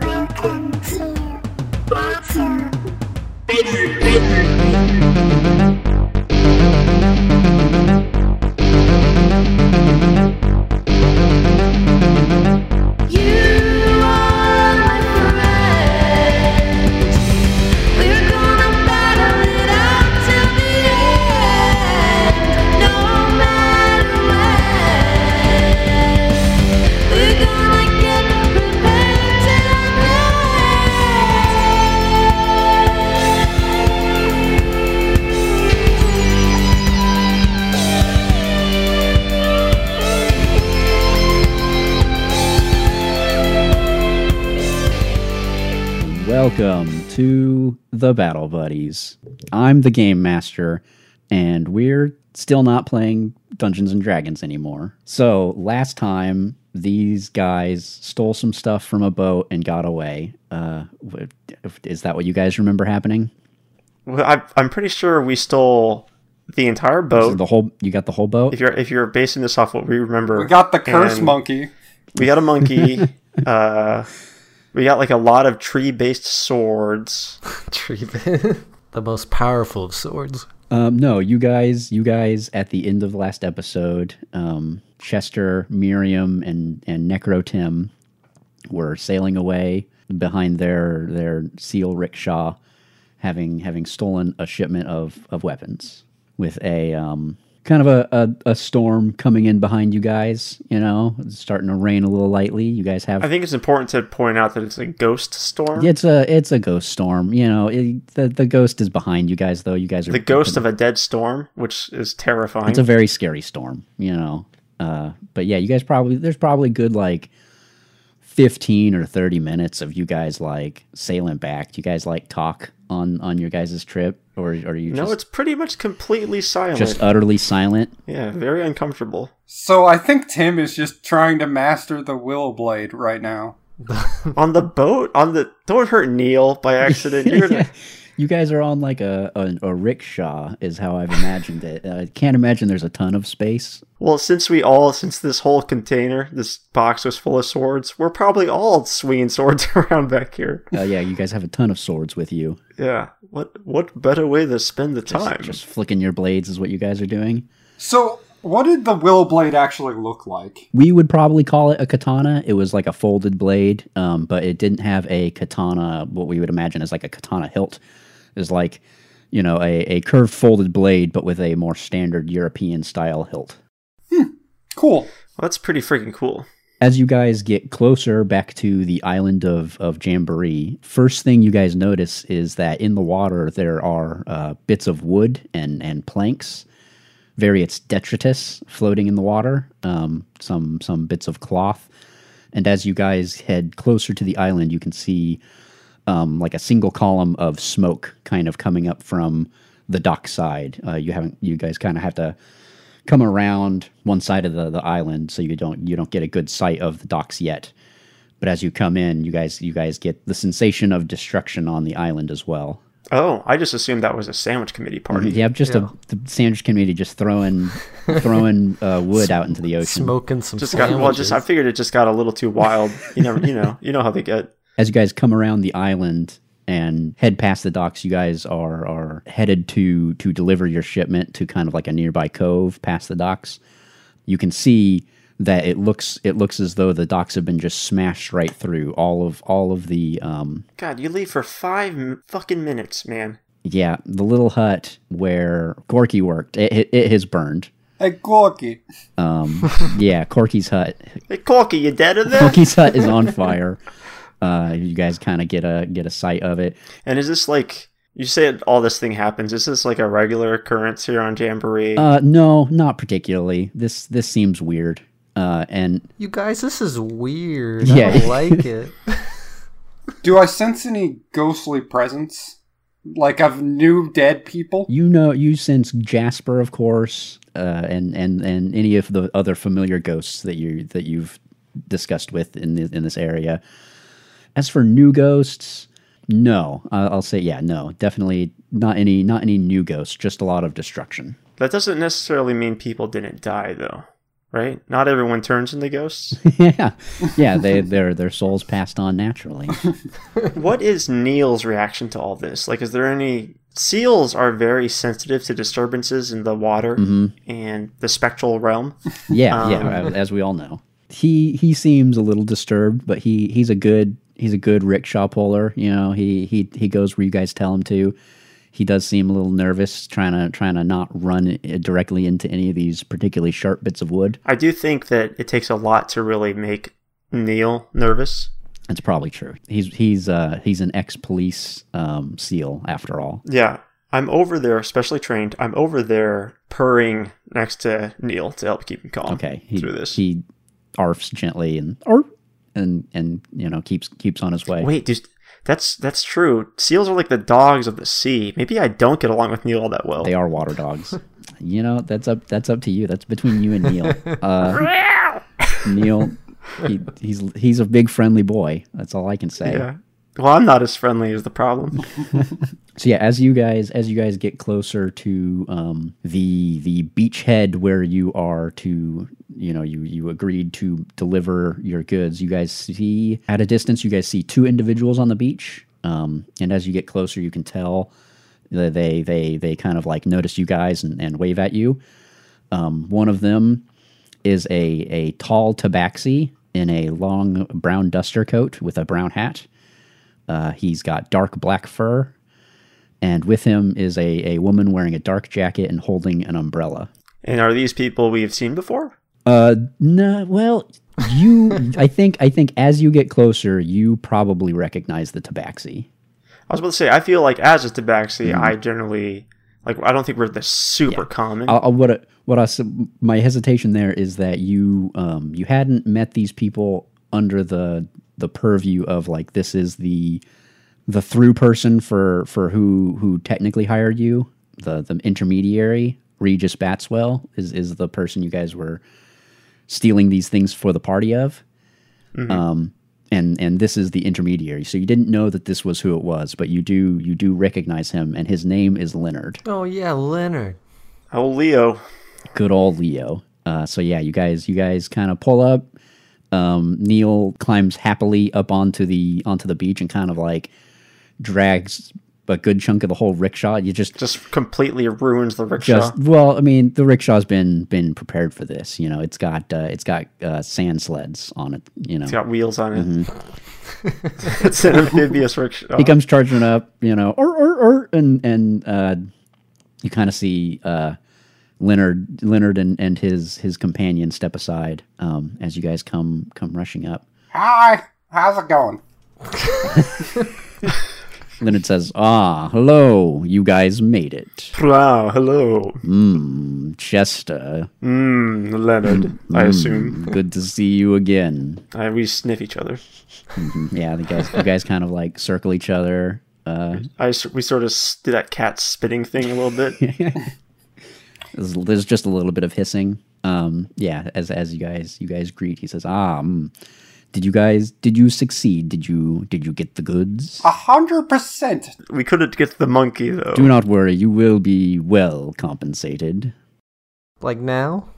Welcome to Bachelor Basement. You are my friend. We're gonna battle it out till the end, no matter when. We're gonna get prepared till Welcome to the Battle Buddies. I'm the Game Master, and we're still not playing Dungeons and Dragons anymore. So, last time, these guys stole some stuff from a boat and got away. Uh, wh- is that what you guys remember happening? Well, I, I'm pretty sure we stole the entire So boat. the whole you got the whole boat. if you're if you're basing this off what we remember, We got the curse and monkey. We got a monkey. uh, we got like a lot of tree based swords. Tree the most powerful of swords. Um, no, you guys, you guys at the end of the last episode, um, Chester, Miriam, and and Necro Tim were sailing away behind their their seal rickshaw, having having stolen a shipment of of weapons with a um, kind of a, a a storm coming in behind you guys. You know, it's starting to rain a little lightly. You guys have I think it's important to point out that it's a ghost storm. it's a it's a ghost storm. You know, it, the the ghost is behind you guys though. You guys are The ghost of a dead storm, which is terrifying. it's a very scary storm, you know. Uh, but yeah, you guys probably there's probably good like fifteen or thirty minutes of you guys like sailing back. Do you guys like talk on on your guys' trip, or, or are you no, just it's pretty much completely silent. just utterly silent? yeah, very uncomfortable. So I think Tim is just trying to master the will blade right now. on the boat, on the don't hurt Neil by accident. You're the- You guys are on like a, a a rickshaw, is how I've imagined it. I can't imagine there's a ton of space. Well, since we all, since this whole container, this box was full of swords, we're probably all swinging swords around back here. Uh, yeah, you guys have a ton of swords with you. Yeah. What what better way to spend the time? Just flicking your blades is what you guys are doing. So what did the will blade actually look like? we would probably call it a katana. It was like a folded blade, um, but it didn't have a katana. What we would imagine is like a katana hilt, is like you know a, a curved folded blade, but with a more standard European style hilt. Cool. Well, that's pretty freaking cool. As you guys get closer back to the island of, of Jamboree, first thing you guys notice is that in the water there are uh, bits of wood and, and planks, various detritus floating in the water, um, some some bits of cloth. And as you guys head closer to the island, you can see um, like a single column of smoke kind of coming up from the dock side. Uh, you haven't, you guys kind of have to come around one side of the, the island, so you don't you don't get a good sight of the docks yet. But as you come in, you guys you guys get the sensation of destruction on the island as well. Oh, I just assumed that was a sandwich committee party. You have just a the sandwich community just throwing throwing uh, wood out into the ocean. Smoking some Just got sandwiches. well, just I figured it just got a little too wild. You never, you know, you know how they get. as you guys come around the island and head past the docks, you guys are are headed to to deliver your shipment to kind of like a nearby cove past the docks. You can see that it looks it looks as though the docks have been just smashed right through. All of all of the um, God, you leave for five m- fucking minutes, man. yeah, the little hut where Gorky worked, it it, it has burned. Hey Gorky. Yeah, Corky's hut Hey, Corky, you dead in there? Corky's hut is on fire. Uh, you guys kind of get a get a sight of it. And is this like you say? All this thing happens. Is this like a regular occurrence here on Jamboree? Uh, no, not particularly. This this seems weird. Uh, and you guys, this is weird. I Yeah. don't like it. Do I sense any ghostly presence? Like of new dead people? you know, you sense Jasper, of course, uh, and and and any of the other familiar ghosts that you that you've discussed with in the, in this area. As for new ghosts, no, I I'll say yeah, no, definitely not any not any new ghosts. Just a lot of destruction. That doesn't necessarily mean people didn't die, though. right? Not everyone turns into ghosts. yeah, yeah. They their their souls passed on naturally. what is Neil's reaction to all this? Like, is there any? Seals are very sensitive to disturbances in the water Mm-hmm. and the spectral realm. Yeah, Um, yeah. As we all know, he he seems a little disturbed, but he he's a good he's a good rickshaw puller. You know, he he he goes where you guys tell him to. He does seem a little nervous, trying to trying to not run uh, directly into any of these particularly sharp bits of wood. I do think that it takes a lot to really make Neil nervous. That's probably true. He's he's uh he's an ex police um seal after all. Yeah. I'm over there, specially trained. I'm over there purring next to Neil to help keep him calm Okay. He through this. he arfs gently and arf and and you know keeps keeps on his way. Wait, dude, that's that's true. Seals are like the dogs of the sea. Maybe I don't get along with Neil all that well. They are water dogs. you know, that's up that's up to you. That's between you and Neil. Uh, Neil he, he's he's a big friendly boy. That's all I can say. Yeah. Well, I'm not as friendly as the problem. So yeah, as you guys as you guys get closer to um, the the beachhead where you are to you know you you agreed to deliver your goods, you guys see at a distance you guys see two individuals on the beach, um, and as you get closer, you can tell that they they they kind of like notice you guys and, and wave at you. Um, one of them is a a tall tabaxi in a long brown duster coat with a brown hat. Uh, he's got dark black fur and with him is a, a woman wearing a dark jacket and holding an umbrella. and are these people we've seen before? Uh, no, well, you, I think, I think as you get closer, you probably recognize the Tabaxi. I was about to say, I feel like as a tabaxi, Mm. I generally like. I don't think we're the super common. I, I, what, I- what I, s- my hesitation there is that you, um, you hadn't met these people under the the purview of like this is the the through person for for who who technically hired you the the intermediary regis batswell is is the person you guys were stealing these things for the party of um and and this is the intermediary so you didn't know that this was who it was but you do you do recognize him and his name is leonard Oh yeah, Leonard. oh, Leo, good old Leo. Uh, so yeah, you guys, you guys kind of pull up. Um, Neil climbs happily up onto the onto the beach and kind of like drags a good chunk of the whole rickshaw. You just just, just completely ruins the rickshaw. well, I mean, the rickshaw's been been prepared for this. You know, it's got uh, it's got uh, sand sleds on it. You know, it's got wheels on it. it's an amphibious rickshaw. Mm-hmm. he comes charging up, you know, or or or, and and uh, you kind of see uh, Leonard Leonard and, and his his companion step aside um, as you guys come come rushing up. Hi, how's it going? Leonard says, "Ah, hello, you guys made it, Wow, hello, Mm. Chester. mm, Leonard. I assume Good to see you again." I, we sniff each other. Yeah, the guys the guys kind of like circle each other. Uh, I s- we sort of s- do that cat spitting thing a little bit. there's, there's just a little bit of hissing. Um, yeah, as as you guys you guys greet, he says, "Ah, mm, did you guys did you succeed? Did you did you get the goods?" Ah. A hundred percent. We couldn't get the monkey though. Do not worry, you will be well compensated. Like now?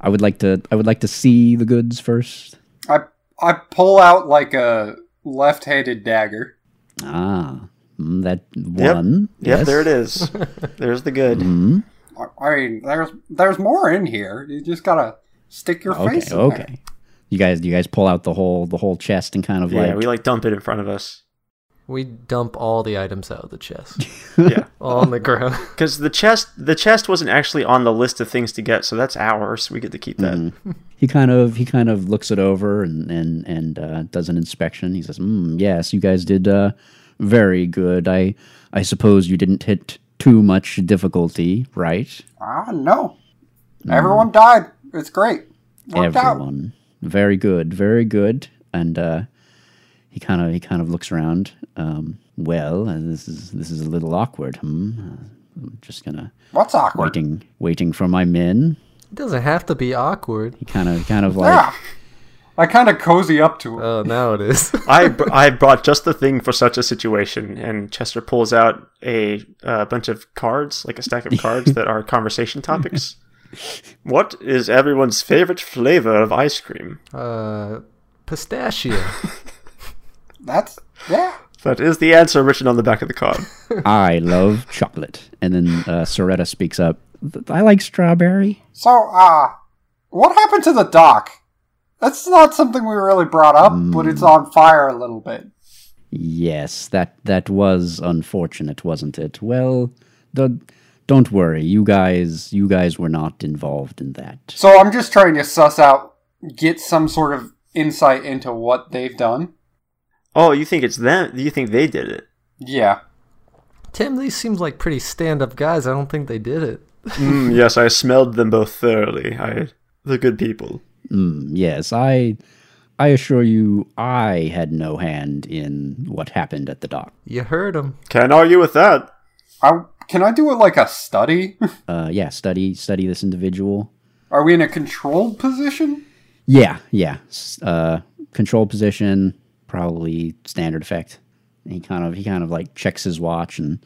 I would like to I would like to see the goods first. I I pull out like a left-handed dagger. Ah, mm, that Yep. one. Yep, yes. there it is. There's the good. Mm, I, I mean, there's there's more in here. You just gotta stick your face. Okay, in okay. You guys, you guys pull out the whole the whole chest and kind of Yeah, like we like dump it in front of us. We dump all the items out of the chest. Yeah, all on the ground. because the chest the chest wasn't actually on the list of things to get, so that's ours. We get to keep that. Mm. he kind of he kind of looks it over and and and uh, does an inspection. He says, mm, "Yes, you guys did uh, very good. I I suppose you didn't hit too much difficulty, right? There. Ah, no. Everyone died. It's great. Worked out. Everyone, very good, very good." And uh, he kind of he kind of looks around. Um, well, uh, this is this is a little awkward. Hmm. Uh, I'm just gonna What's awkward? waiting waiting for my men. It doesn't have to be awkward. He kind of kind of like. Yeah. I kind of cozy up to it. Oh, now it is. I br- I brought just the thing for such a situation, and Chester pulls out a uh, bunch of cards, like a stack of cards that are conversation topics. What is everyone's favorite flavor of ice cream? Uh, pistachio. That's yeah. That is the answer written on the back of the card. I love chocolate. And then uh, Soretta speaks up. I like strawberry. So, uh, what happened to the dock? That's not something we really brought up, but it's on fire a little bit. Yes, that that was unfortunate, wasn't it? Well, the, don't worry, you guys you guys were not involved in that. So I'm just trying to suss out, get some sort of insight into what they've done. Oh, you think it's them? You think they did it? Yeah. Tim, these seem like pretty stand-up guys. I don't think they did it. Mm, yes, I smelled them both thoroughly. I, the good people. Mm, yes, I I assure you, I had no hand in what happened at the dock. You heard him. Can't argue with that. I can I do it like a study? Uh, yeah, study study this individual. Are we in a controlled position? Yeah, yeah. S- Uh, control position, probably standard effect. And He kind of he kind of like checks his watch and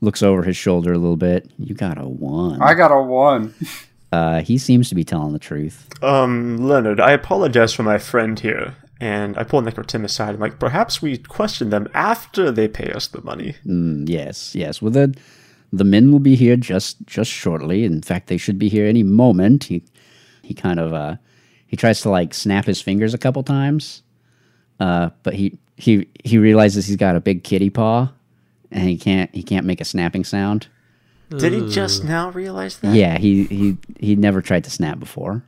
looks over his shoulder a little bit. You got a one. I got a one. Uh, he seems to be telling the truth. Um, Leonard, I apologize for my friend here. And I pull Necrotim aside and like, perhaps we question them after they pay us the money. Mm, yes, yes. Well, the the men will be here just just shortly. In fact, they should be here any moment. He he kind of uh he tries to like snap his fingers a couple times, uh, but he he he realizes he's got a big kitty paw, and he can't he can't make a snapping sound. Did he just now realize that? Yeah, he he he never tried to snap before,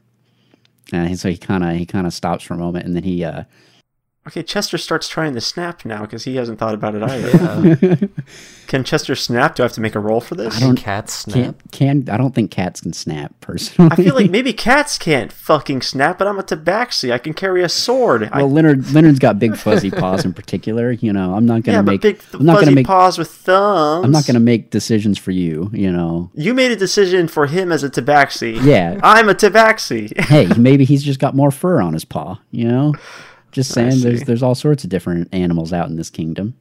and so he kind of he kind of stops for a moment, and then he uh Okay, Chester starts trying to snap now because he hasn't thought about it either. Can Chester snap? Do I have to make a roll for this? Don't cat snap. can't can I don't think cats can snap personally. I feel like maybe cats can't fucking snap, but I'm a tabaxi. I can carry a sword. I, Well, Leonard Leonard's got big fuzzy paws in particular. You know, I'm not gonna yeah, make but big th- I'm not fuzzy gonna make paws with thumbs. I'm not gonna make decisions for you. You know, You made a decision for him as a tabaxi. Yeah. I'm a tabaxi. hey, maybe he's just got more fur on his paw. You know, just saying. There's see. there's all sorts of different animals out in this kingdom,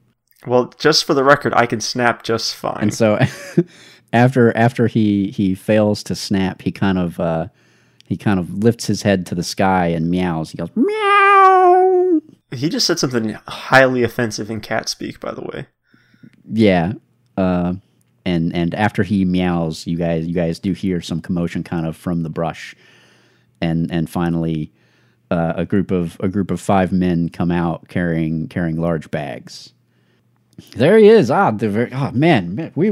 well, just for the record, I can snap just fine. and so Hmm. after after he he fails to snap, he kind of uh, he kind of lifts his head to the sky and meows. He goes meow. He just said something highly offensive in cat speak, by the way. Yeah. Uh, and and after he meows, you guys you guys do hear some commotion kind of from the brush, and and finally, uh, a group of a group of five men come out carrying carrying large bags. There he is. Ah, the ver- oh man, man, we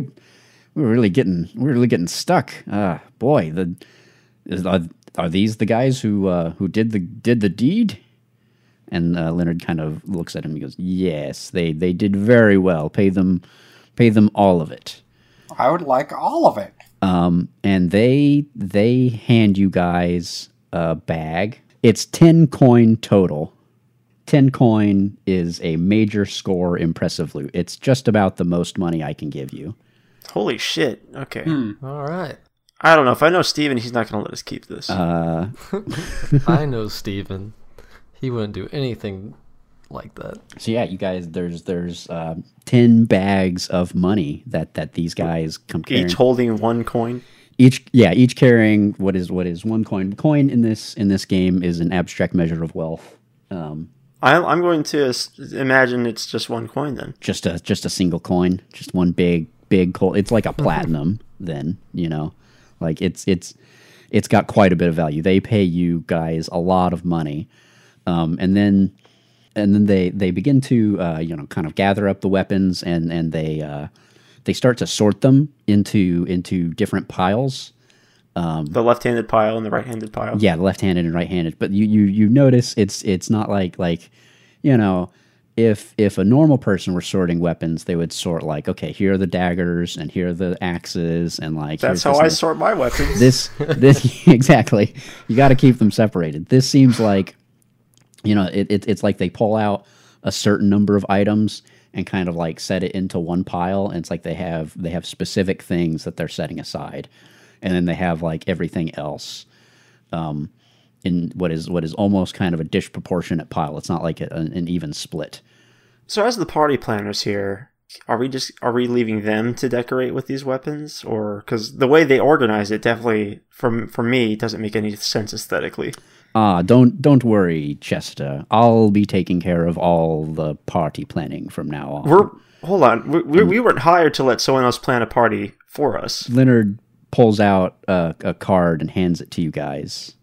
we're really getting we're really getting stuck. Ah, boy, the is, are, are these the guys who uh, who did the did the deed? And uh, Leonard kind of looks at him and goes, "Yes, they they did very well. Pay them, pay them all of it." I would like all of it. Um, and they they hand you guys a bag. It's ten coin total. Ten coin is a major score, impressive loot. It's just about the most money I can give you. Holy shit. Okay. Hmm. All right. I don't know. If I know Steven, he's not going to let us keep this. Uh, I know Steven. He wouldn't do anything like that. So yeah, you guys, there's there's uh, ten bags of money that that these guys come carrying. Each holding one coin. each yeah each carrying what is what is one coin coin in this in this game is an abstract measure of wealth um I'm, I'm going to s- imagine it's just one coin then. just a just a single coin just one big big coin it's like a platinum then you know like it's it's it's got quite a bit of value they pay you guys a lot of money um and then and then they they begin to uh you know kind of gather up the weapons and and they uh they start to sort them into into different piles The left-handed pile and the right-handed pile. Um, Yeah, left-handed and right-handed. But you you you notice it's it's not like like you know if if a normal person were sorting weapons, they would sort like okay, here are the daggers and here are the axes and like That's here's how I this sort my weapons. this this exactly. You got to keep them separated. This seems like you know it, it, it's like they pull out a certain number of items and kind of like set it into one pile and it's like they have they have specific things that they're setting aside and then they have like everything else um, in what is what is almost kind of a disproportionate pile it's not like a, an, an even split So, as the party planners here, are we just are we leaving them to decorate with these weapons or because the way they organize it definitely from for me doesn't make any sense aesthetically Ah, don't don't worry, Chester. I'll be taking care of all the party planning from now on. we're hold on we, we, we weren't hired to let someone else plan a party for us Leonard pulls out a, a card and hands it to you guys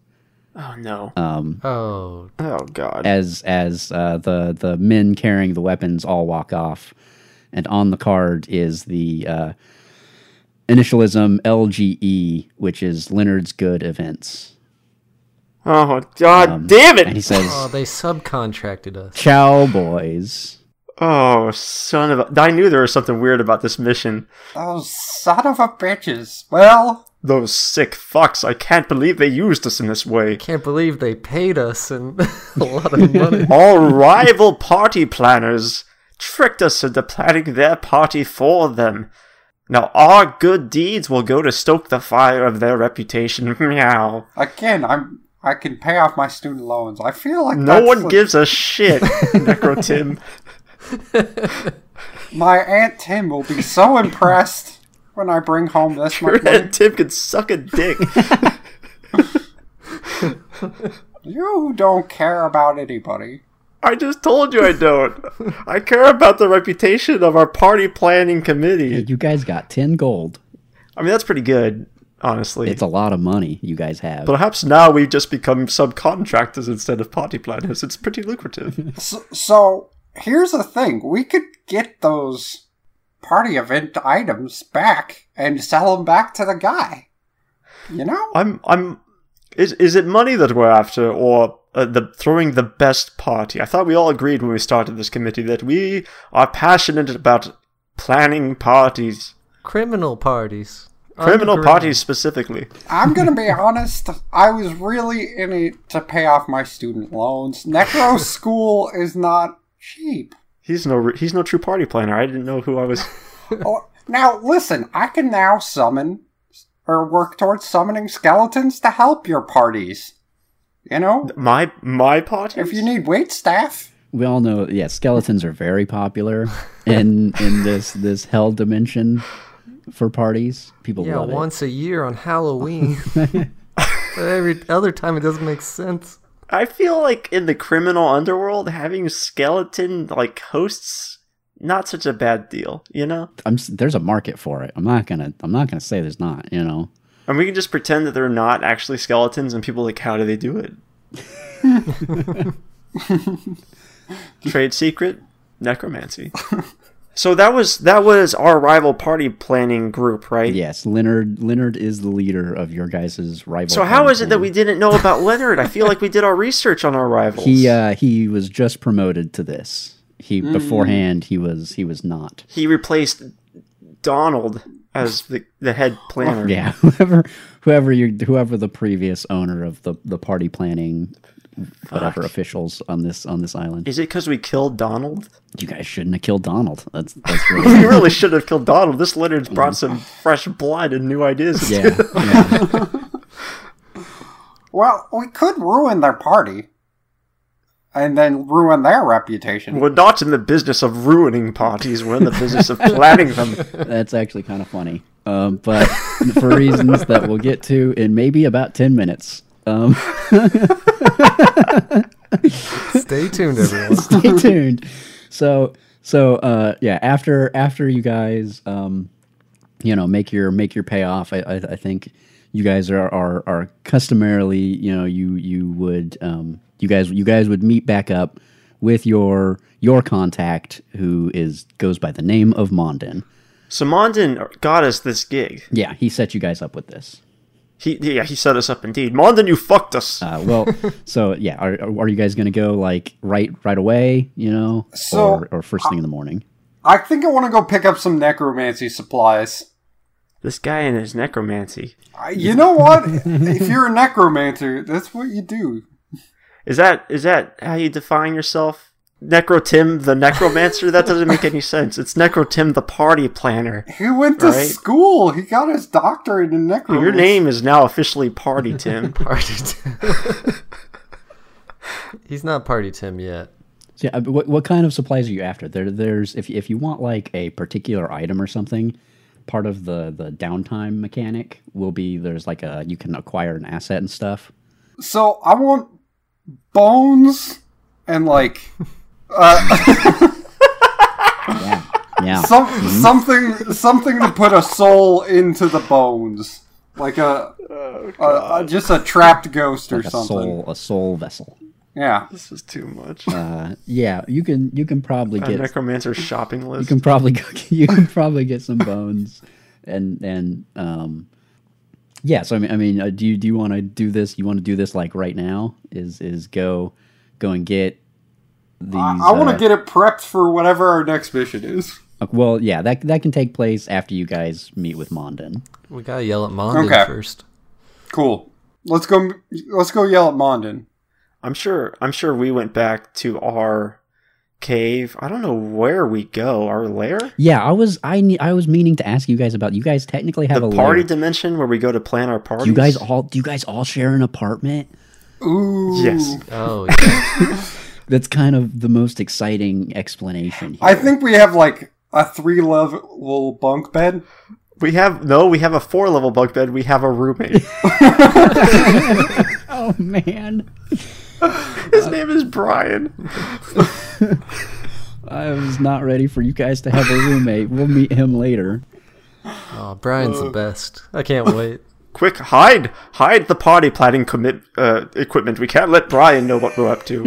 oh no Oh, oh god as as uh, the the men carrying the weapons all walk off, and on the card is the uh, initialism LGE, which is Leonard's Good Events, oh god damn and he it says, oh, they subcontracted us. "Ciao, boys." oh son of a i knew there was something weird about this mission Oh, son of a bitches. Well, those sick fucks i can't believe they used us in this way Can't believe they paid us and a lot of money. all rival party planners tricked us into planning their party for them. Now our good deeds will go to stoke the fire of their reputation. Meow. again, I'm I can pay off my student loans. I feel like No that's one a- gives a shit, Necro Tim. my aunt Tim will be so impressed when I bring home this much money. And Tim can suck a dick. You don't care about anybody. I just told you I don't. I care about the reputation of our party planning committee. You guys got ten gold. I mean, that's pretty good, honestly. It's a lot of money you guys have. Perhaps now we've just become subcontractors instead of party planners. It's pretty lucrative. So, so here's the thing: we could get those party event items back and sell them back to the guy. You know, I'm I'm is is it money that we're after or uh, the throwing the best party? I thought we all agreed when we started this committee that we are passionate about planning parties, Criminal parties. criminal Underground. parties specifically. I'm gonna be honest. I was really in it to pay off my student loans. Necro school is not cheap. He's no re- he's no true party planner. I didn't know who I was. Oh, now listen, I can now summon or work towards summoning skeletons to help your parties. You know, My my party. if you need wait staff, we all know, yeah, skeletons are very popular in in this this hell dimension for parties. People Yeah, love it. once a year on Halloween. but every other time it doesn't make sense. I feel like in the criminal underworld, having skeleton like hosts not such a bad deal, you know. I'm s- there's a market for it. I'm not gonna I'm not gonna say there's not. You know, And we can just pretend that they're not actually skeletons, and people are like, how do they do it? Trade secret, necromancy. so that was that was our rival party planning group, right? yes, Leonard Leonard is the leader of your guys' rival. So how party is it that we clan. didn't know about Leonard? I feel like we did our research on our rivals. He uh, he was just promoted to this. He Mm. beforehand he was he was not. he replaced Donald as the the head planner. Yeah, whoever whoever you whoever the previous owner of the the party planning whatever officials on this on this island. Is it because we killed Donald? You guys shouldn't have killed Donald. That's that's really We really should have killed Donald. This Leonard's brought some fresh blood and new ideas. yeah. yeah. well, we could ruin their party and then ruin their reputation. We're not in the business of ruining parties. We're in the business of planning them. That's actually kind of funny. Um, but for reasons that we'll get to in maybe about 10 minutes. Um, Stay tuned, everyone. stay tuned. So, so, uh, yeah, after, after you guys, um, you know, make your, make your payoff, I, I, I think you guys are, are, are customarily, you know, you, you would, um, you guys, you guys would meet back up with your, your contact who is, goes by the name of Mondin. So Mondin got us this gig. Yeah. He set you guys up with this. He yeah, he set us up indeed. Mondin, you fucked us. Uh, well, so yeah, are are you guys gonna go like right right away? You know, So, or or first thing in the morning? I think I want to go pick up some necromancy supplies. this guy and his necromancy. I- You know what? if you're a necromancer, that's what you do. Is that is that how you define yourself? Necro Tim the necromancer? that doesn't make any sense. It's Necro Tim the party planner. He went to Right. school. He got his doctorate in necromancy. Your name is now officially Party Tim. Party Tim. He's not Party Tim yet. So, yeah, what, what kind of supplies are you after? There, there's if if you want like a particular item or something, part of the the downtime mechanic will be there's like a you can acquire an asset and stuff. So I want bones and like Yeah, yeah. some something something to put a soul into the bones, like a, Oh, a, a just a trapped ghost or like a something. soul a soul vessel. Yeah, This is too much. Uh, yeah, you can you can probably a get necromancer shopping list. you can probably go, you can probably get some bones and and um yeah so i mean i mean uh, do you do you want to do this you want to do this like right now is is go go and get these I, I want uh, to get it prepped for whatever our next mission is. uh, well yeah that that can take place after you guys meet with mondin We gotta yell at Mondin Okay. first. Cool. Let's go. Let's go yell at Mondin. I'm sure. I'm sure we went back to our cave. I don't know where we go. Our lair, yeah i was i ne- i was meaning to ask you guys about you guys technically have the a party lair. dimension where we go to plan our Do parties. you guys all do you guys all share an apartment Ooh. Yes. Oh, yeah. that's kind of the most exciting explanation here. I think we have like a three level bunk bed. We have no. We have a four level bunk bed. We have a roommate. oh man His name is Brian. I was not ready for you guys to have a roommate. We'll meet him later. oh Brian's the best. I can't wait. Quick, hide! Hide the party planning commit uh, equipment. We can't let Brian know what we're up to.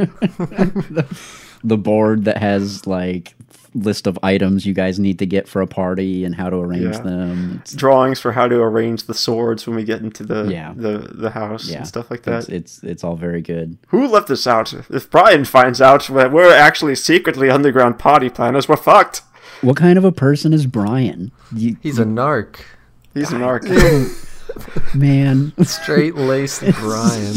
The board that has like list of items you guys need to get for a party and how to arrange Yeah. them. It's, Drawings for how to arrange the swords when we get into the Yeah. the, the house yeah, and stuff like It's, that. it's it's all very good. Who left this out? If Brian finds out that we're actually secretly underground party planners, we're fucked. What kind of a person is Brian? You, He's a narc. He's an arc. man, Straight laced Brian.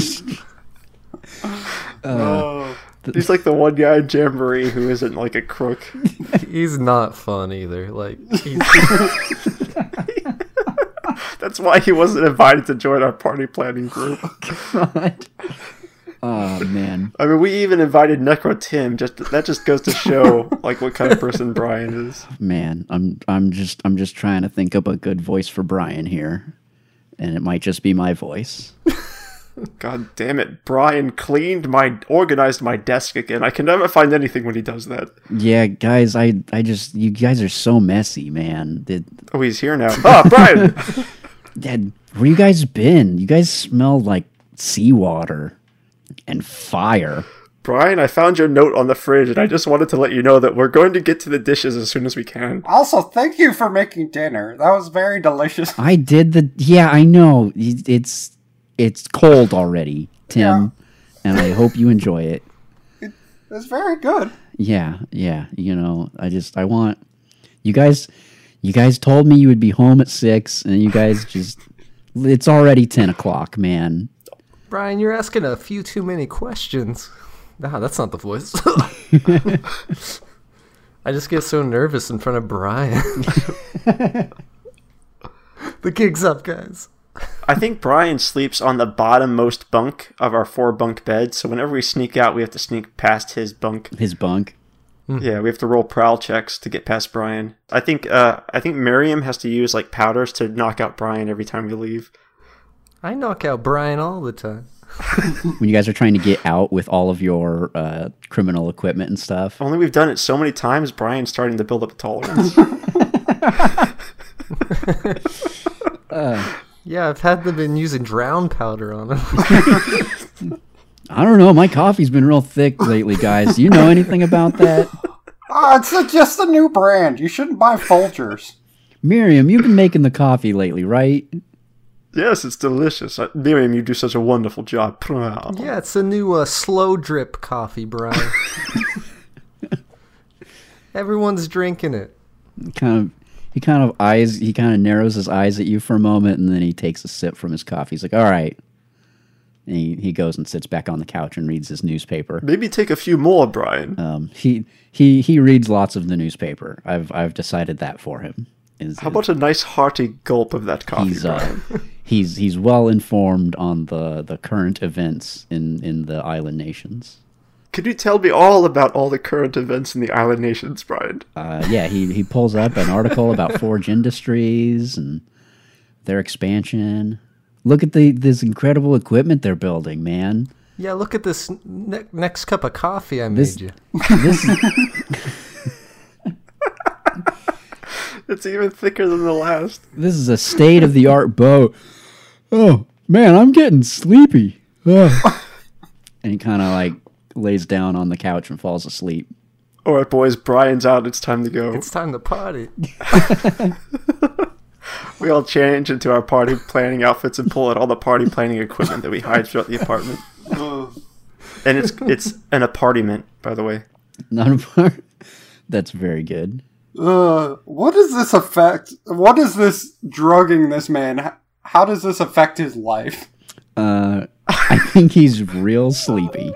He's like the one guy in Jamboree who isn't like a crook. He's not fun either. Like, he's, That's why he wasn't invited to join our party planning group. oh man, I mean, we even invited Necro Tim. Just that just goes to show like what kind of person Brian is. man. I'm I'm just I'm just trying to think up a good voice for Brian here, and it might just be my voice. God damn it, Brian cleaned my organized my desk again. I can never find anything when he does that. Yeah, guys, I I just you guys are so messy, man. It, Oh, he's here now. Ah, Brian. Dad, where you guys been? You guys smell like seawater and fire. Brian, I found your note on the fridge and I just wanted to let you know that we're going to get to the dishes as soon as we can. Also, thank you for making dinner. That was very delicious. I did the yeah, I know. It- It's it's cold already, Tim, and I hope you enjoy it. It's very good. Yeah, yeah, you know, I just I want you guys you guys told me you would be home at 6 and you guys just it's already 10 o'clock, man. Brian, you're asking a few too many questions. Nah, that's not the voice. I just get so nervous in front of Brian. the gig's up, guys. I think Brian sleeps on the bottommost bunk of our four bunk bed, so whenever we sneak out, we have to sneak past his bunk. His bunk. Yeah, we have to roll prowl checks to get past Brian. I think uh I think Miriam has to use like powders to knock out Brian every time we leave. I knock out Brian all the time. When you guys are trying to get out with all of your uh, criminal equipment and stuff. Only we've done it so many times, Brian's starting to build up a tolerance. Yeah, I've had them been using drown powder on him. I don't know. My coffee's been real thick lately, guys. Do you know anything about that? Ah, it's a, just a new brand. You shouldn't buy Folgers. Miriam, you've been making the coffee lately, right? yes, it's delicious. Uh, Miriam, you do such a wonderful job. Prowl. yeah, it's a new uh, slow drip coffee, Brian. Everyone's drinking it. Kind of. He kind of eyes. He kind of narrows his eyes at you for a moment, and then he takes a sip from his coffee. He's like, "All right." And he, he goes and sits back on the couch and reads his newspaper. Maybe take a few more, Brian. Um, he he he reads lots of the newspaper. I've I've decided that for him. Is- How about a nice hearty gulp of that coffee? he's Brian? uh, he's he's well informed on the the current events in in the island nations. Can you tell me all about all the current events in the island nations, Brian? Uh, yeah, he, he pulls up an article about Forge Industries and their expansion. Look at the this incredible equipment they're building, man. Yeah, look at this ne- next cup of coffee I made This- you. This It's even thicker than the last. this is a state of the art boat. Oh man, I'm getting sleepy. Ugh. and he kind of like lays down on the couch and falls asleep. All right, boys, Brian's out. It's time to go. It's time to party. We all change into our party planning outfits and pull out all the party planning equipment that we hide throughout the apartment. And it's it's an apartment, by the way. Not a part. That's very good. Uh, what does this affect? What does this drugging this man? h- How does this affect his life? Uh, I think he's real sleepy.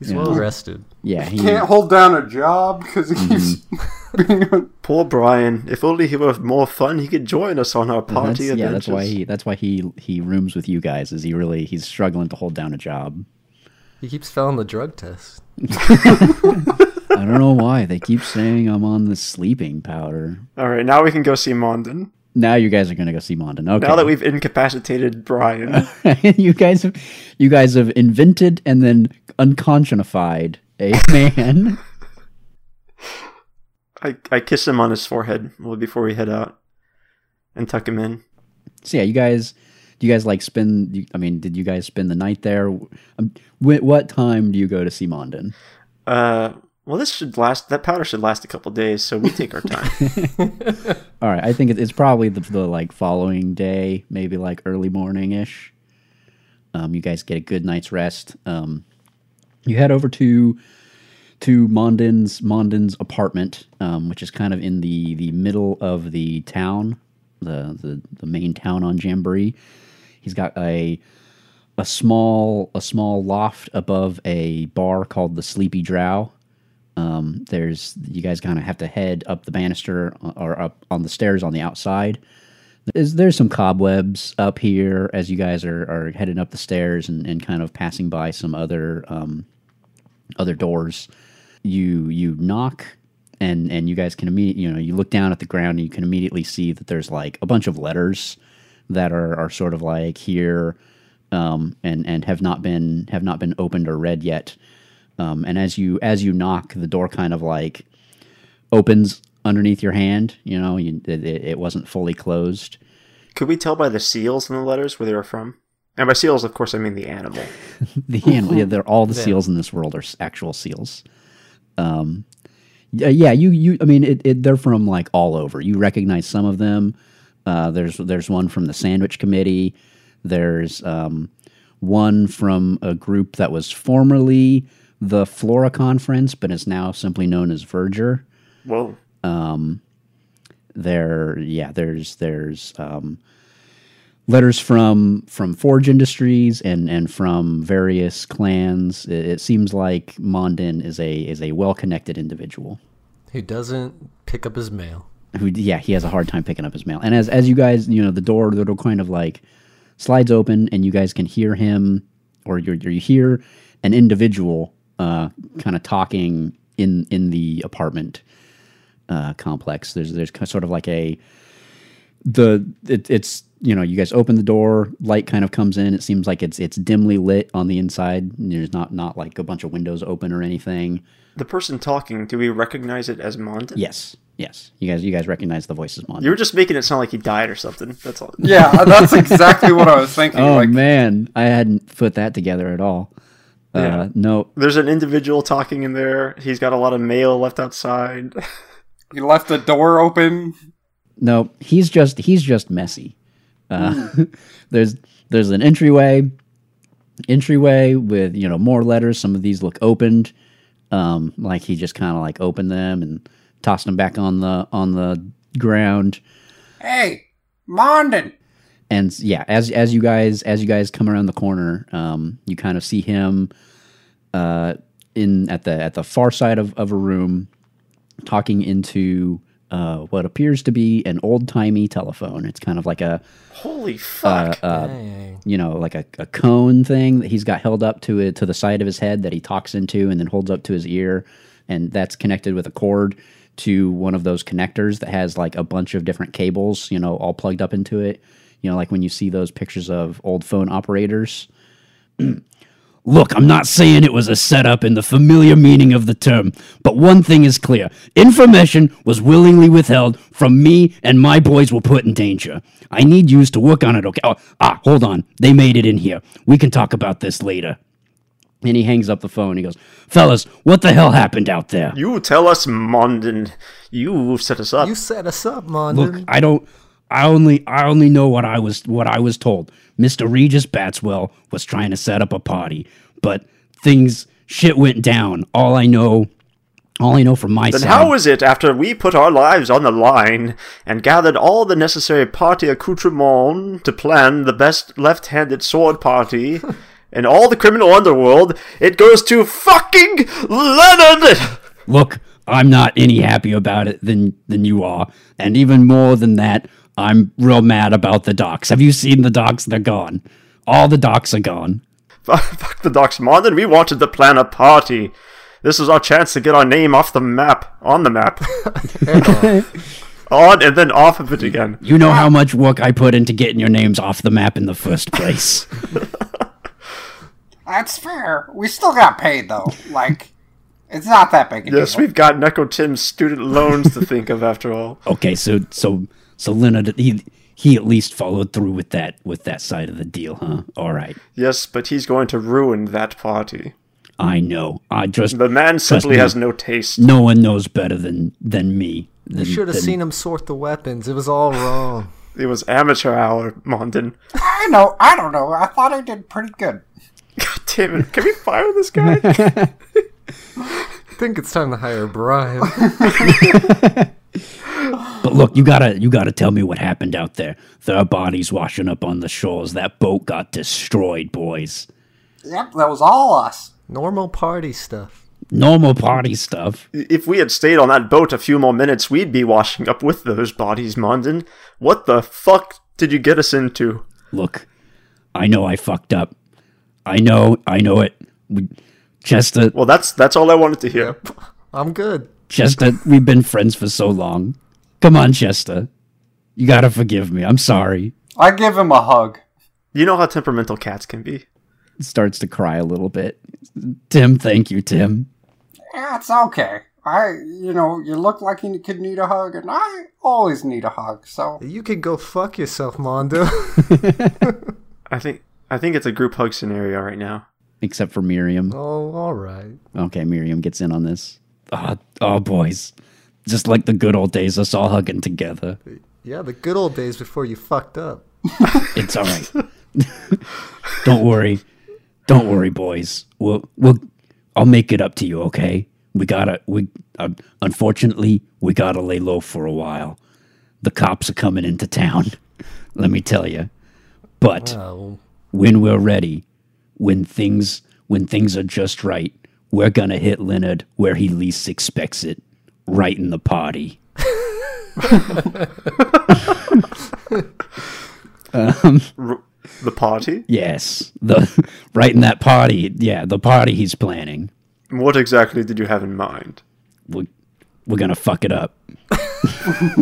He's well rested. Yeah, he, Can't hold down a job because he keeps Mm. being. on- Poor Brian. If only he were more fun, he could join us on our that's, party yeah, that's why adventures. he that's why he he rooms with you guys. Is he really he's struggling to hold down a job? He keeps failing the drug test. I don't know why they keep saying I'm on the sleeping powder. All right, now we can go see Mondin. Now you guys are gonna go see Mondin. Okay. Now that we've incapacitated Brian, you guys have you guys have invented and then unconscientified a man. I, I kiss him on his forehead well, before we head out and tuck him in. so yeah, you guys, do you guys like spend? you- I mean, did you guys spend the night there? Um, wh- what time do you go to see Mondin? Uh, well, this should last. That powder should last a couple days, so we take our time. All right, I think it- it's probably the, the like following day, maybe like early morning ish. Um, you guys get a good night's rest. Um, you head over to to Mondin's Mondin's apartment, um, which is kind of in the the middle of the town, the the, the main town on Jamboree. He's got a a small a small loft above a bar called the Sleepy Drow. Um, there's you guys kind of have to head up the banister uh, or up on the stairs on the outside. There's, there's some cobwebs up here as you guys are, are heading up the stairs and, and kind of passing by some other um, other doors. You you knock and and you guys can immediately you know you look down at the ground and you can immediately see that there's like a bunch of letters that are, are sort of like here um, and and have not been have not been opened or read yet. Um, and as you as you knock, the door kind of like opens underneath your hand. You know, you, it, it it wasn't fully closed. Could we tell by the seals in the letters where they were from? And by seals, of course, I mean the animal. The animal, yeah, they're all the seals in this world are s- actual seals. Um, yeah, yeah, you, you. I mean, it, it, they're from like all over. You recognize some of them. Uh, there's there's one from the Sandwich Committee. There's um, one from a group that was formerly the Flora Conference, but is now simply known as Verger. Whoa. there yeah there's there's um letters from from forge industries and and from various clans it, it seems like mondin is a is a well-connected individual Who doesn't pick up his mail? who yeah he has a hard time picking up his mail and as as you guys you know the door the door kind of like slides open and you guys can hear him or you you hear an individual uh kind of talking in in the apartment uh complex there's there's kind of sort of like a the it, it's you know you guys open the door light kind of comes in it seems like it's it's dimly lit on the inside there's not not like a bunch of windows open or anything The person talking, do we recognize it as Mondin? yes yes you guys you guys recognize the voices Mondin. You were just making it sound like he died or something. That's all. Yeah, that's exactly what I was thinking. Oh like, man, I hadn't put that together at all. Yeah. Uh, no, There's an individual talking in there. He's got a lot of mail left outside. he left the door open. no, he's just he's just messy. Uh, there's there's an entryway, entryway with you know more letters. Some of these look opened, um, like he just kind of like opened them and tossed them back on the on the ground. Hey, Mondin. and s- yeah, as as you guys as you guys come around the corner, um, you kind of see him uh, in at the at the far side of, of a room, talking into uh, what appears to be an old timey telephone. It's kind of like a Holy fuck. Dang. you know like a, a cone thing that he's got held up to it to the side of his head that he talks into and then holds up to his ear, and that's connected with a cord to one of those connectors that has like a bunch of different cables, you know, all plugged up into it. You know, like when you see those pictures of old phone operators. Look, I'm not saying it was a setup in the familiar meaning of the term, but one thing is clear. Information was willingly withheld from me and my boys were put in danger. I need yous to work on it, okay? Oh, ah, hold on. They made it in here. We can talk about this later. And he hangs up the phone. He goes, Fellas, what the hell happened out there? you tell us, Mondin. You set us up. You set us up, Mondin. Um, Look, I don't. I only I only know what I was what I was told. Mister Regis Batswell was trying to set up a party, but things shit went down. All I know, all I know from my Then side. how is it after we put our lives on the line and gathered all the necessary party accoutrement to plan the best left-handed sword party in all the criminal underworld, it goes to fucking Leonard! look, I'm not any happier about it than than you are, and even more than that, I'm real mad about the docs. Have you seen the docs? They're gone. All the docs are gone. Fuck fuck the Docs Modern, we wanted to plan a party. This is our chance to get our name off the map, on the map, on and then off of it again. You know how much work I put into getting your names off the map in the first place. That's fair. We still got paid though. Like, it's not that big a Yes, deal. we've got Neko Tim's student loans to think of after all. Okay, so so so Leonard he he at least followed through with that with that side of the deal, huh? All right, Yes, but he's going to ruin that party. I know. I just The man simply me. has no taste. no one knows better than than me. Than, you should have than- seen him sort the weapons. It was all wrong. It was amateur hour, Mondin. I know. I don't know. I thought I did pretty good. God damn it, can we fire this guy? I think it's time to hire Brian. But look, you gotta you gotta tell me what happened out there. There are bodies washing up on the shores. That boat got destroyed, boys. Yep, that was all us. Normal party stuff. Normal party stuff. if we had stayed on that boat a few more minutes, we'd be washing up with those bodies, Mondin. What the fuck did you get us into? Look, I know I fucked up. I know, I know it. We, Chester, Well, that's that's all I wanted to hear. I'm good. Chester, we've been friends for so long. Come on, Chester. You gotta forgive me. I'm sorry. I give him a hug. You know how temperamental cats can be. Starts to cry a little bit. Tim, thank you, Tim. Yeah, it's okay. I, you know, you look like you could need a hug, and I always need a hug. So You could go fuck yourself, Mondo. I think I think it's a group hug scenario right now. Except for Miriam. oh, all right. Okay, Miriam gets in on this. Oh, oh boys. Just like the good old days, us all hugging together. Yeah, the good old days before you fucked up. It's all right. Don't worry. Don't worry, boys. We'll, we'll, I'll make it up to you, okay? We gotta, we, uh, unfortunately, we gotta lay low for a while. The cops are coming into town, let me tell you. But Oh, when we're ready, when things, when things are just right, we're gonna hit Leonard where he least expects it, right in the party. R- the party? Yes, the right in that party. Yeah, the party he's planning. What exactly did you have in mind? we're, we're gonna fuck it up.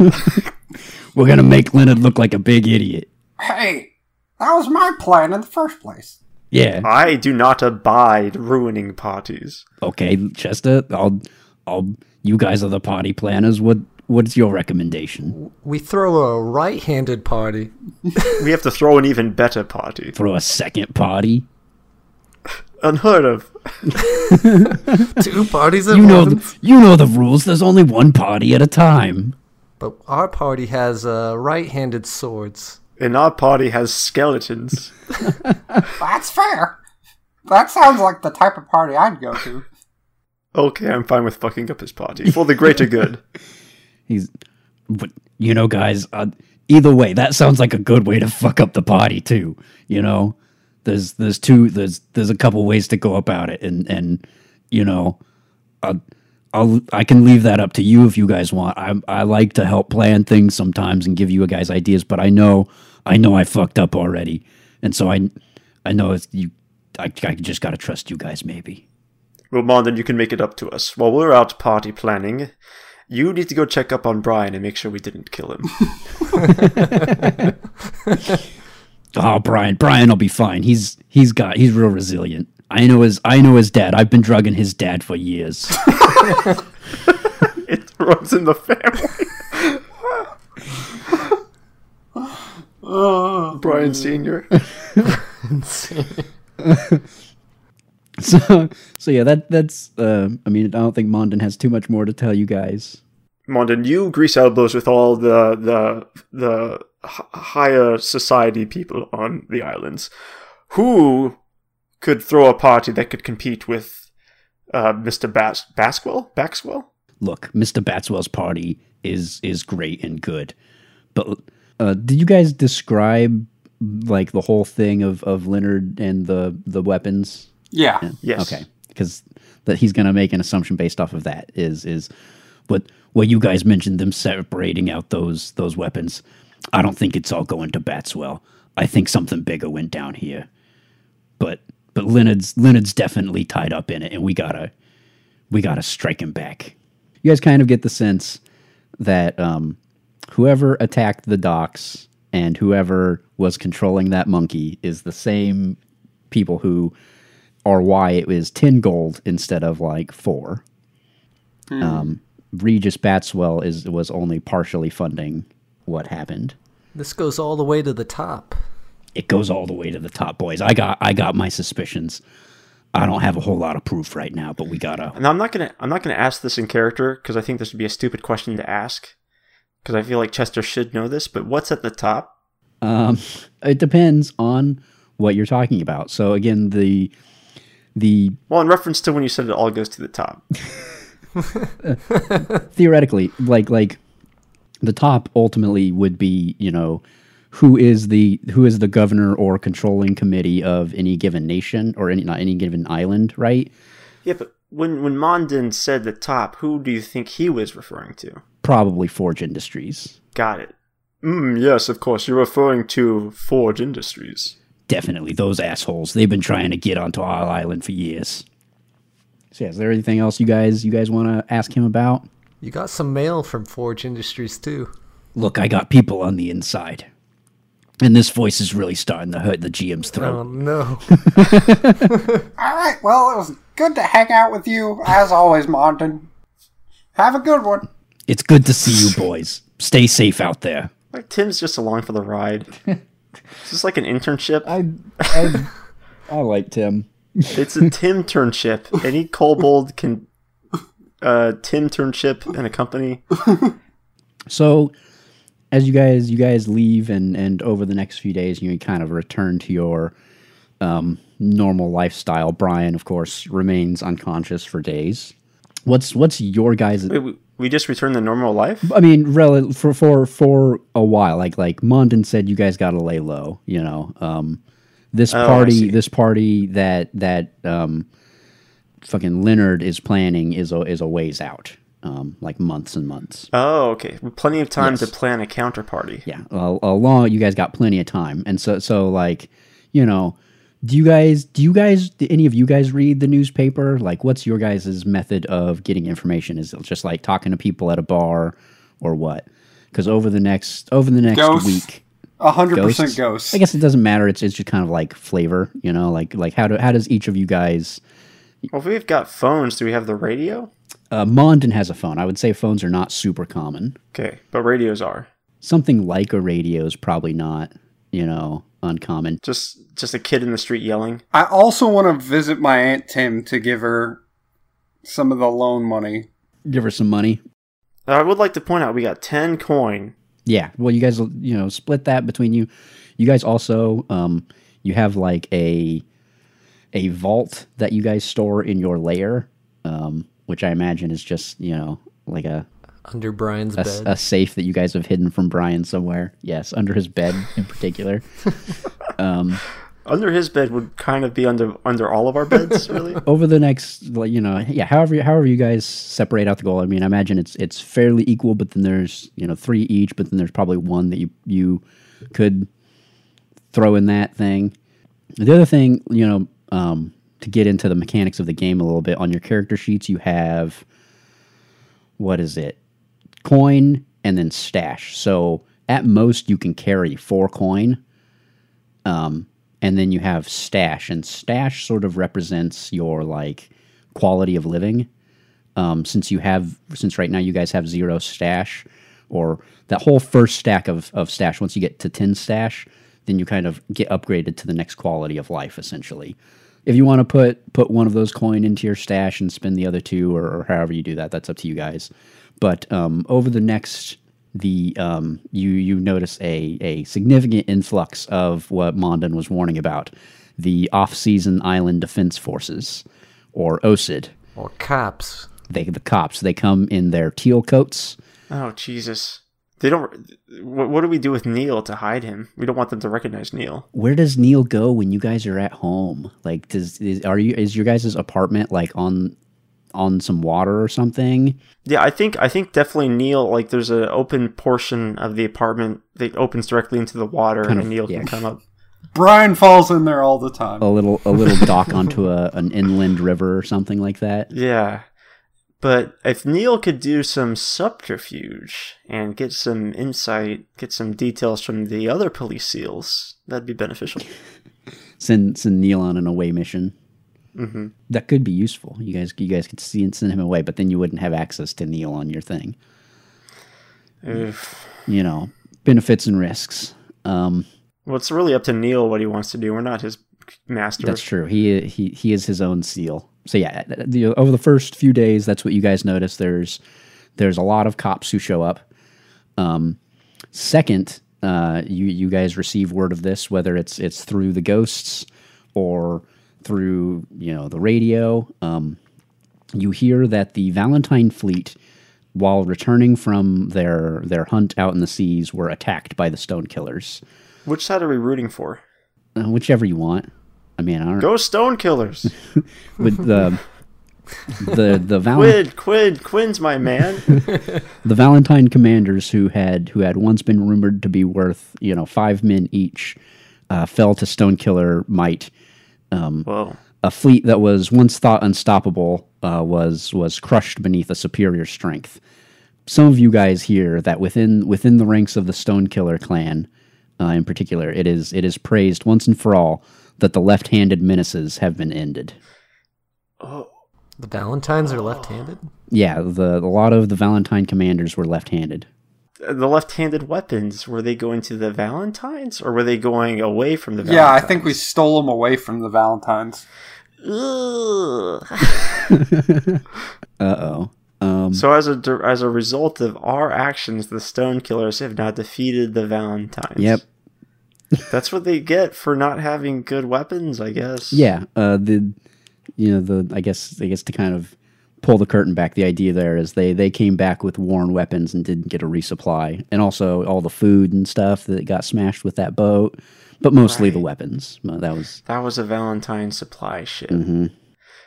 we're gonna make Leonard look like a big idiot. hey, that was my plan in the first place. Yeah. I do not abide ruining parties. Okay, Chester. I'll. I'll. You guys are the party planners. What? What's your recommendation? we throw a right-handed party. We have to throw an even better party. Throw a second party. Unheard of. Two parties at You know. once. The, you know the rules. There's only one party at a time. But our party has uh, right-handed swords. And our party has skeletons. That's fair. That sounds like the type of party I'd go to. Okay, I'm fine with fucking up his party for the greater good. He's. But you know, guys. Uh, either way, that sounds like a good way to fuck up the party too. You know, there's there's two there's there's a couple ways to go about it, and and you know, uh, I'll, I can leave that up to you if you guys want. I I like to help plan things sometimes and give you guys ideas, but I know I know I fucked up already, and so I I know it's you. I, I just gotta trust you guys, maybe. Well, Mon, then you can make it up to us. While we're out party planning, you need to go check up on Brian and make sure we didn't kill him. Oh, Brian, Brian will be fine. He's he's got he's real resilient. I know his I know his dad. I've been drugging his dad for years. it runs in the family. Brian Senior. so so yeah, that that's uh, I mean I don't think Mondin has too much more to tell you guys. Mondin, you grease elbows with all the the the h- higher society people on the islands. Who could throw a party that could compete with uh, Mr. Bas- Basquell? Baxwell? Look, Mr. Batswell's party is is great and good, but uh, did you guys describe like the whole thing of of Leonard and the the weapons? Yeah. Yes. Okay, because that he's going to make an assumption based off of that is is what what you guys mentioned them separating out those those weapons. I don't think it's all going to Batswell. I think something bigger went down here, but but Leonard's Leonard's definitely tied up in it, and we gotta we gotta strike him back. You guys kind of get the sense that um, whoever attacked the docks and whoever was controlling that monkey is the same people who are why it was 10 gold instead of like four. Um, Regis Batswell is was only partially funding what happened. This goes all the way to the top. It goes all the way to the top, boys. I got I got my suspicions. I don't have a whole lot of proof right now, but we gotta. And I'm not gonna I'm not gonna ask this in character because I think this would be a stupid question to ask. Because I feel like Chester should know this, but what's at the top? Um, it depends on what you're talking about. So again, the the Well, in reference to when you said it all goes to the top. theoretically, like like the top ultimately would be, you know, who is the who is the governor or controlling committee of any given nation or any not any given island, right? Yeah, but when when Mondin said the top, who do you think he was referring to? Probably Forge Industries. Got it. Mm, yes, of course. You're referring to Forge Industries. Definitely those assholes. They've been trying to get onto our island for years. So yeah, is there anything else you guys you guys want to ask him about? You got some mail from Forge Industries too. Look, I got people on the inside. And this voice is really starting to hurt the GM's throat. Oh no. All right. Well, it was good to hang out with you as always, Mondin. Have a good one. It's good to see you boys. Stay safe out there. Like Tim's just along for the ride. Is this like an internship? I I, I liked him. It's a Tim turnship. Any kobold can uh Tim turnship in a company. So as you guys you guys leave and and over the next few days you kind of return to your um normal lifestyle. Brian of course remains unconscious for days. What's what's your guys Wait, we- we just returned to normal life? I mean, rel- for for for a while, like like Mondin said, you guys got to lay low. You know, um, this Oh, I party, see. this party that that um, fucking Leonard is planning is a is a ways out, um, like months and months. Oh, okay. Plenty of time to Yes. plan a counterparty. Yeah, a, a long. You guys got plenty of time, and so so like, you know, do you guys do you guys do any of you guys read the newspaper? Like, what's your guys' method of getting information? Is it just like talking to people at a bar, or what? Because over the next over the next Ghosts. week, A hundred Ghosts? percent ghosts. I guess it doesn't matter. It's it's just kind of like flavor, you know, like like how do how does each of you guys? Well, if we've got phones, do we have the radio? Uh, Mondin has a phone. I would say phones are not super common. Okay, but radios are. Something like a radio is probably not, you know, uncommon. Just just a kid in the street yelling. I also want to visit my aunt Tim to give her some of the loan money. Give her some money. I would like to point out we got 10 coin. Yeah. Well, you guys, will, you know, split that between you. You guys also, um, you have like a a vault that you guys store in your lair, um, which I imagine is just you know like a Under Brian's a, bed. a safe that you guys have hidden from Brian somewhere. Yes, under his bed in particular. um, Under his bed would kind of be under under all of our beds, really. over the next like you know yeah however however you guys separate out the goal i mean i imagine it's it's fairly equal but then there's you know three each but then there's probably one that you you could throw in that thing the other thing you know um, to get into the mechanics of the game a little bit on your character sheets you have what is it coin and then stash so at most you can carry four coin and then you have stash and stash sort of represents your like quality of living um, since you have since right now you guys have zero stash or that whole first stack of, of stash once you get to 10 stash then you kind of get upgraded to the next quality of life essentially if you want to put put one of those coin into your stash and spend the other two or, or however you do that that's up to you guys but um, over the next the um, you you notice a a significant influx of what Mondin was warning about the off-season island defense forces or OSID Or cops. they the cops they come in their teal coats Oh Jesus! They don't. What, what do we do with Neil to hide him? We don't want them to recognize Neil. where does Neil go when you guys are at home? Like, does is, are you is your guys' apartment like on on some water or something? Yeah, I think I think definitely Neil. Like, there's an open portion of the apartment that opens directly into the water, and of, Neil yeah. can come up. Brian falls in there all the time. A little a little dock onto a an inland river or something like that. Yeah, but if Neil could do some subterfuge and get some insight, get some details from the other police seals, that'd be beneficial. Send send Neil on an away mission. That could be useful. You guys you guys could see and send him away, but then you wouldn't have access to Neil on your thing. Oof. You know, benefits and risks. Um, Well, it's really up to Neil what he wants to do. We're not his master. That's true. He he he is his own seal. So yeah, uh, the, over the first few days, that's what you guys notice. There's there's a lot of cops who show up. Um, second, uh, you you guys receive word of this, whether it's it's through the ghosts or through you know the radio. Um, you hear that the Valentine fleet, while returning from their their hunt out in the seas, were attacked by the Stone Killers. Which side are we rooting for? Uh, whichever you want. I mean, I don't Go Stone Killers. with the the the Valen- Quid, Quid, Quinn's my man. the Valentine commanders who had who had once been rumored to be worth you know five men each uh, fell to Stonekiller might. Whoa. A fleet that was once thought unstoppable uh, was was crushed beneath a superior strength. Some of you guys hear that within within the ranks of the Stonekiller clan, uh, in particular, it is it is praised once and for all that the left-handed menaces have been ended. Oh, The Valentines are left-handed. Yeah, the a lot of the Valentine commanders were left-handed. The left-handed weapons, were they going to the Valentines or were they going away from the yeah, I Valentines? think we stole him away from the Valentines. Ugh. Uh oh. Um, so as a dir- as a result of our actions, the Stone Killers have now defeated the Valentines. Yep. That's what they get for not having good weapons, I guess. Yeah. Uh, the you know the I guess I guess to kind of pull the curtain back. The idea there is they they came back with worn weapons and didn't get a resupply, and also all the food and stuff that got smashed with that boat, but mostly the weapons. Well, That was That was a Valentine supply ship. Mm-hmm.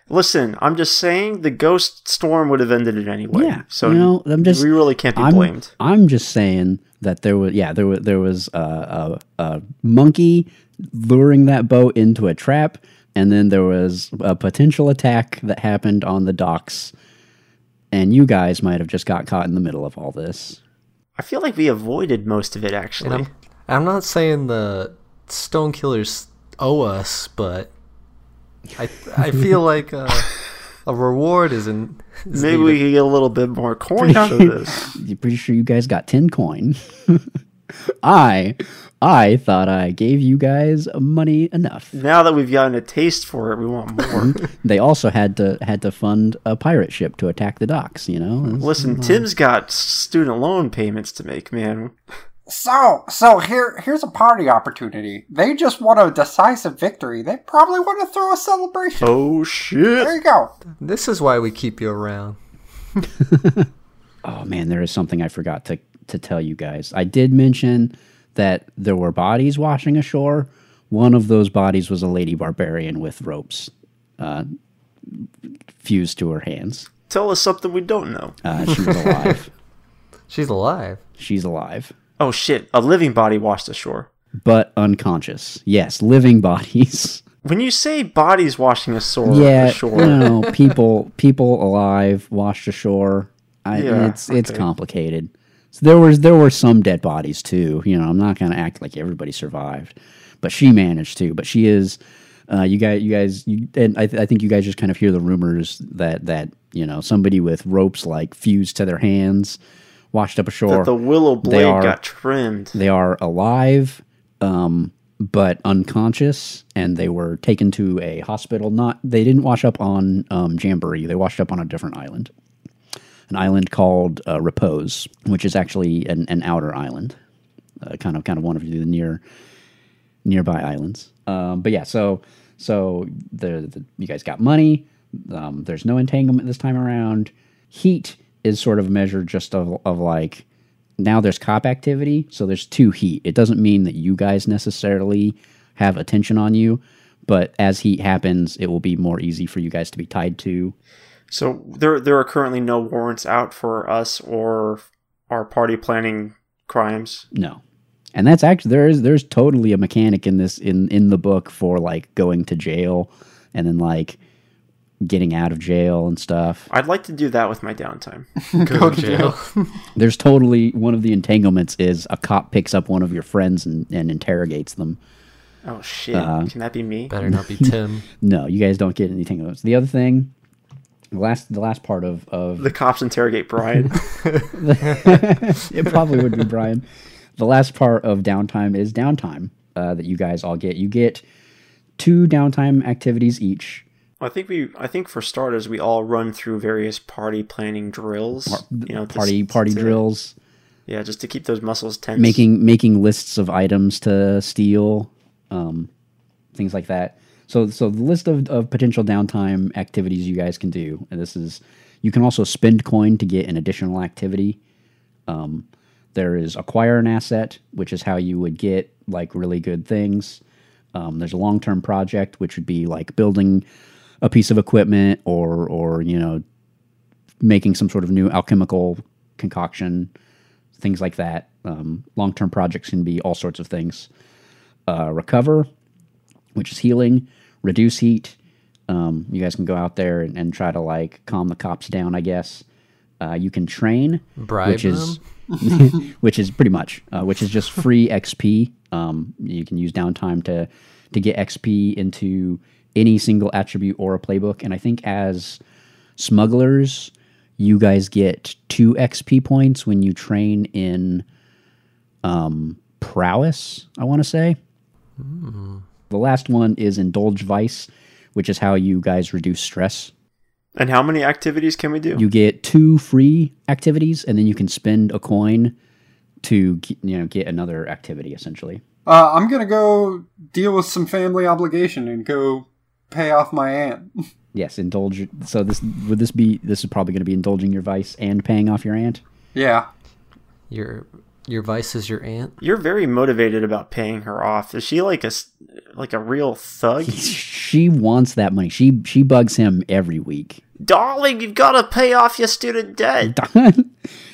Listen, I'm just saying the Ghost Storm would have ended it anyway. yeah. So you know, I'm just we really can't be I'm, blamed. I'm just saying that there was yeah there was there was a, a, a monkey luring that boat into a trap, and then there was a potential attack that happened on the docks, and you guys might have just got caught in the middle of all this. I feel like we avoided most of it And actually. I'm, I'm not saying the Stone Killers owe us, but I I feel like uh, a reward is in. Is Maybe we needed. could get a little bit more coin out of this. You're pretty sure you guys got ten coin. I I thought I gave you guys money enough. Now that we've gotten a taste for it, we want more. They also had to had to fund a pirate ship to attack the docks. You know, Listen, Tim's got student loan payments to make, man. So, so here, here's a party opportunity. They just want a decisive victory. They probably want to throw a celebration. Oh shit! There you go. This is why we keep you around. Oh man, there is something I forgot to to tell you guys. I did mention that there were bodies washing ashore, One of those bodies was a lady barbarian with ropes uh, fused to her hands. Tell us something we don't know. Uh, she was alive. She's alive. She's alive, Oh shit, a living body washed ashore. but unconscious. Yes, living bodies. When you say bodies washing ashore, yeah, ashore no, people, people alive, washed ashore. I, Yeah, it's it's okay. complicated. So there was there were some dead bodies too. You know, I'm not gonna act like everybody survived, but she managed to. But she is, uh, you guys, you guys, you, and I, th- I think you guys just kind of hear the rumors that that you know somebody with ropes like fused to their hands, washed up ashore. that the willow blade are- got trimmed. They are alive, um, but unconscious, and they were taken to a hospital. Not they didn't wash up on um, Jamboree. They washed up on a different island, an island called uh, Repose, which is actually an, an outer island, uh, kind of kind of one of the near nearby islands. Um, but yeah, so so the, the you guys got money. Um, there's no entanglement this time around. Heat is sort of measured just of, of like now there's cop activity, so there's two heat. It doesn't mean that you guys necessarily have attention on you, but as heat happens, it will be more easy for you guys to be tied to. So there there are currently no warrants out for us or our party planning crimes. No. And that's actually there is there's totally a mechanic in this in in the book for like going to jail and then like getting out of jail and stuff. I'd like to do that with my downtime. Go to jail. There's totally one of the entanglements is a cop picks up one of your friends and, and interrogates them. Oh shit, Uh-huh. can that be me? Better not be Tim. No, you guys don't get any entanglements. The other thing, the last the last part of of The cops interrogate Brian. it probably would be Brian. The last part of downtime is downtime uh, that you guys all get. You get two downtime activities each. I think we I think for starters we all run through various party planning drills. you know, to- Party party to- drills, Yeah, just to keep those muscles tense. making making lists of items to steal, um, things like that. So so the list of, of potential downtime activities you guys can do, and this is you can also spend coin to get an additional activity. Um, There is acquire an asset, which is how you would get like really good things. Um, there's a long term project, which would be like building a piece of equipment or or you know making some sort of new alchemical concoction, things like that. Um, long term projects can be all sorts of things. Uh, recover, which is healing. Reduce heat. Um, you guys can go out there and, and try to like calm the cops down, I guess. Uh, you can train, Bribe which is them? which is pretty much, uh, which is just free XP. Um, you can use downtime to to get XP into any single attribute or a playbook. And I think as smugglers, you guys get two XP points when you train in um, prowess. I want to say. Hmm. The last one is indulge vice, which is how you guys reduce stress. And how many activities can we do? You get two free activities, and then you can spend a coin to ge- you know get another activity. Essentially, Uh, I'm gonna go deal with some family obligation and go pay off my aunt. yes, indulge. So this would this be this is probably going to be indulging your vice and paying off your aunt. yeah, Your your vice is your aunt. You're very motivated about paying her off. Is she like a s- like a real thug? She wants that money. She she bugs him every week. Darling, you've got to pay off your student debt.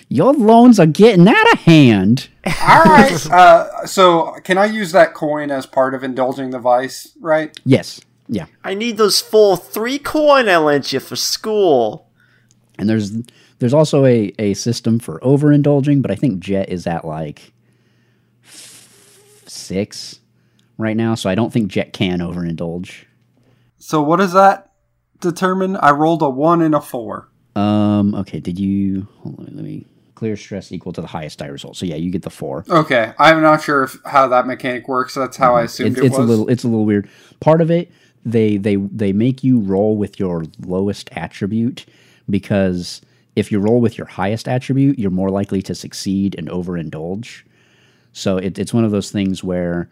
Your loans are getting out of hand. All right. Uh, so, can I use that coin as part of indulging the vice? Right. Yes, yeah. I need those full three coin I lent you for school. And there's there's also a a system for overindulging, but I think Jet is at like f- six right now, so I don't think Jet can overindulge. So, what does that determine? I rolled a one and a four. Um. Okay. Did you? Hold on, let me clear stress equal to the highest die result. So yeah, you get the four. Okay, I'm not sure if, how that mechanic works. That's how I assumed It's it, it's a was. little it's a little weird. Part of it, they they they make you roll with your lowest attribute because if you roll with your highest attribute, you're more likely to succeed and overindulge. So it, it's one of those things where,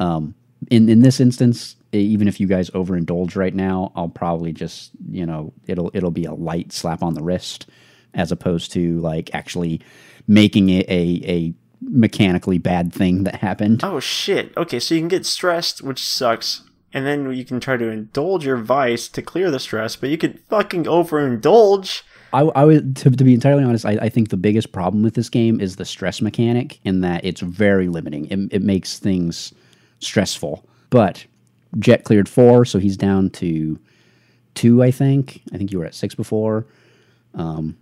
um, in in this instance, e- even if you guys overindulge right now, I'll probably just you know it'll it'll be a light slap on the wrist, as opposed to like actually making it a a mechanically bad thing that happened. Oh shit. Okay, so you can get stressed, which sucks, and then you can try to indulge your vice to clear the stress, but you can fucking overindulge. I, I would to, to be entirely honest, I, I think the biggest problem with this game is the stress mechanic in that it's very limiting. It, it makes things stressful. But Jet cleared four, so he's down to two, I think. I think you were at six before.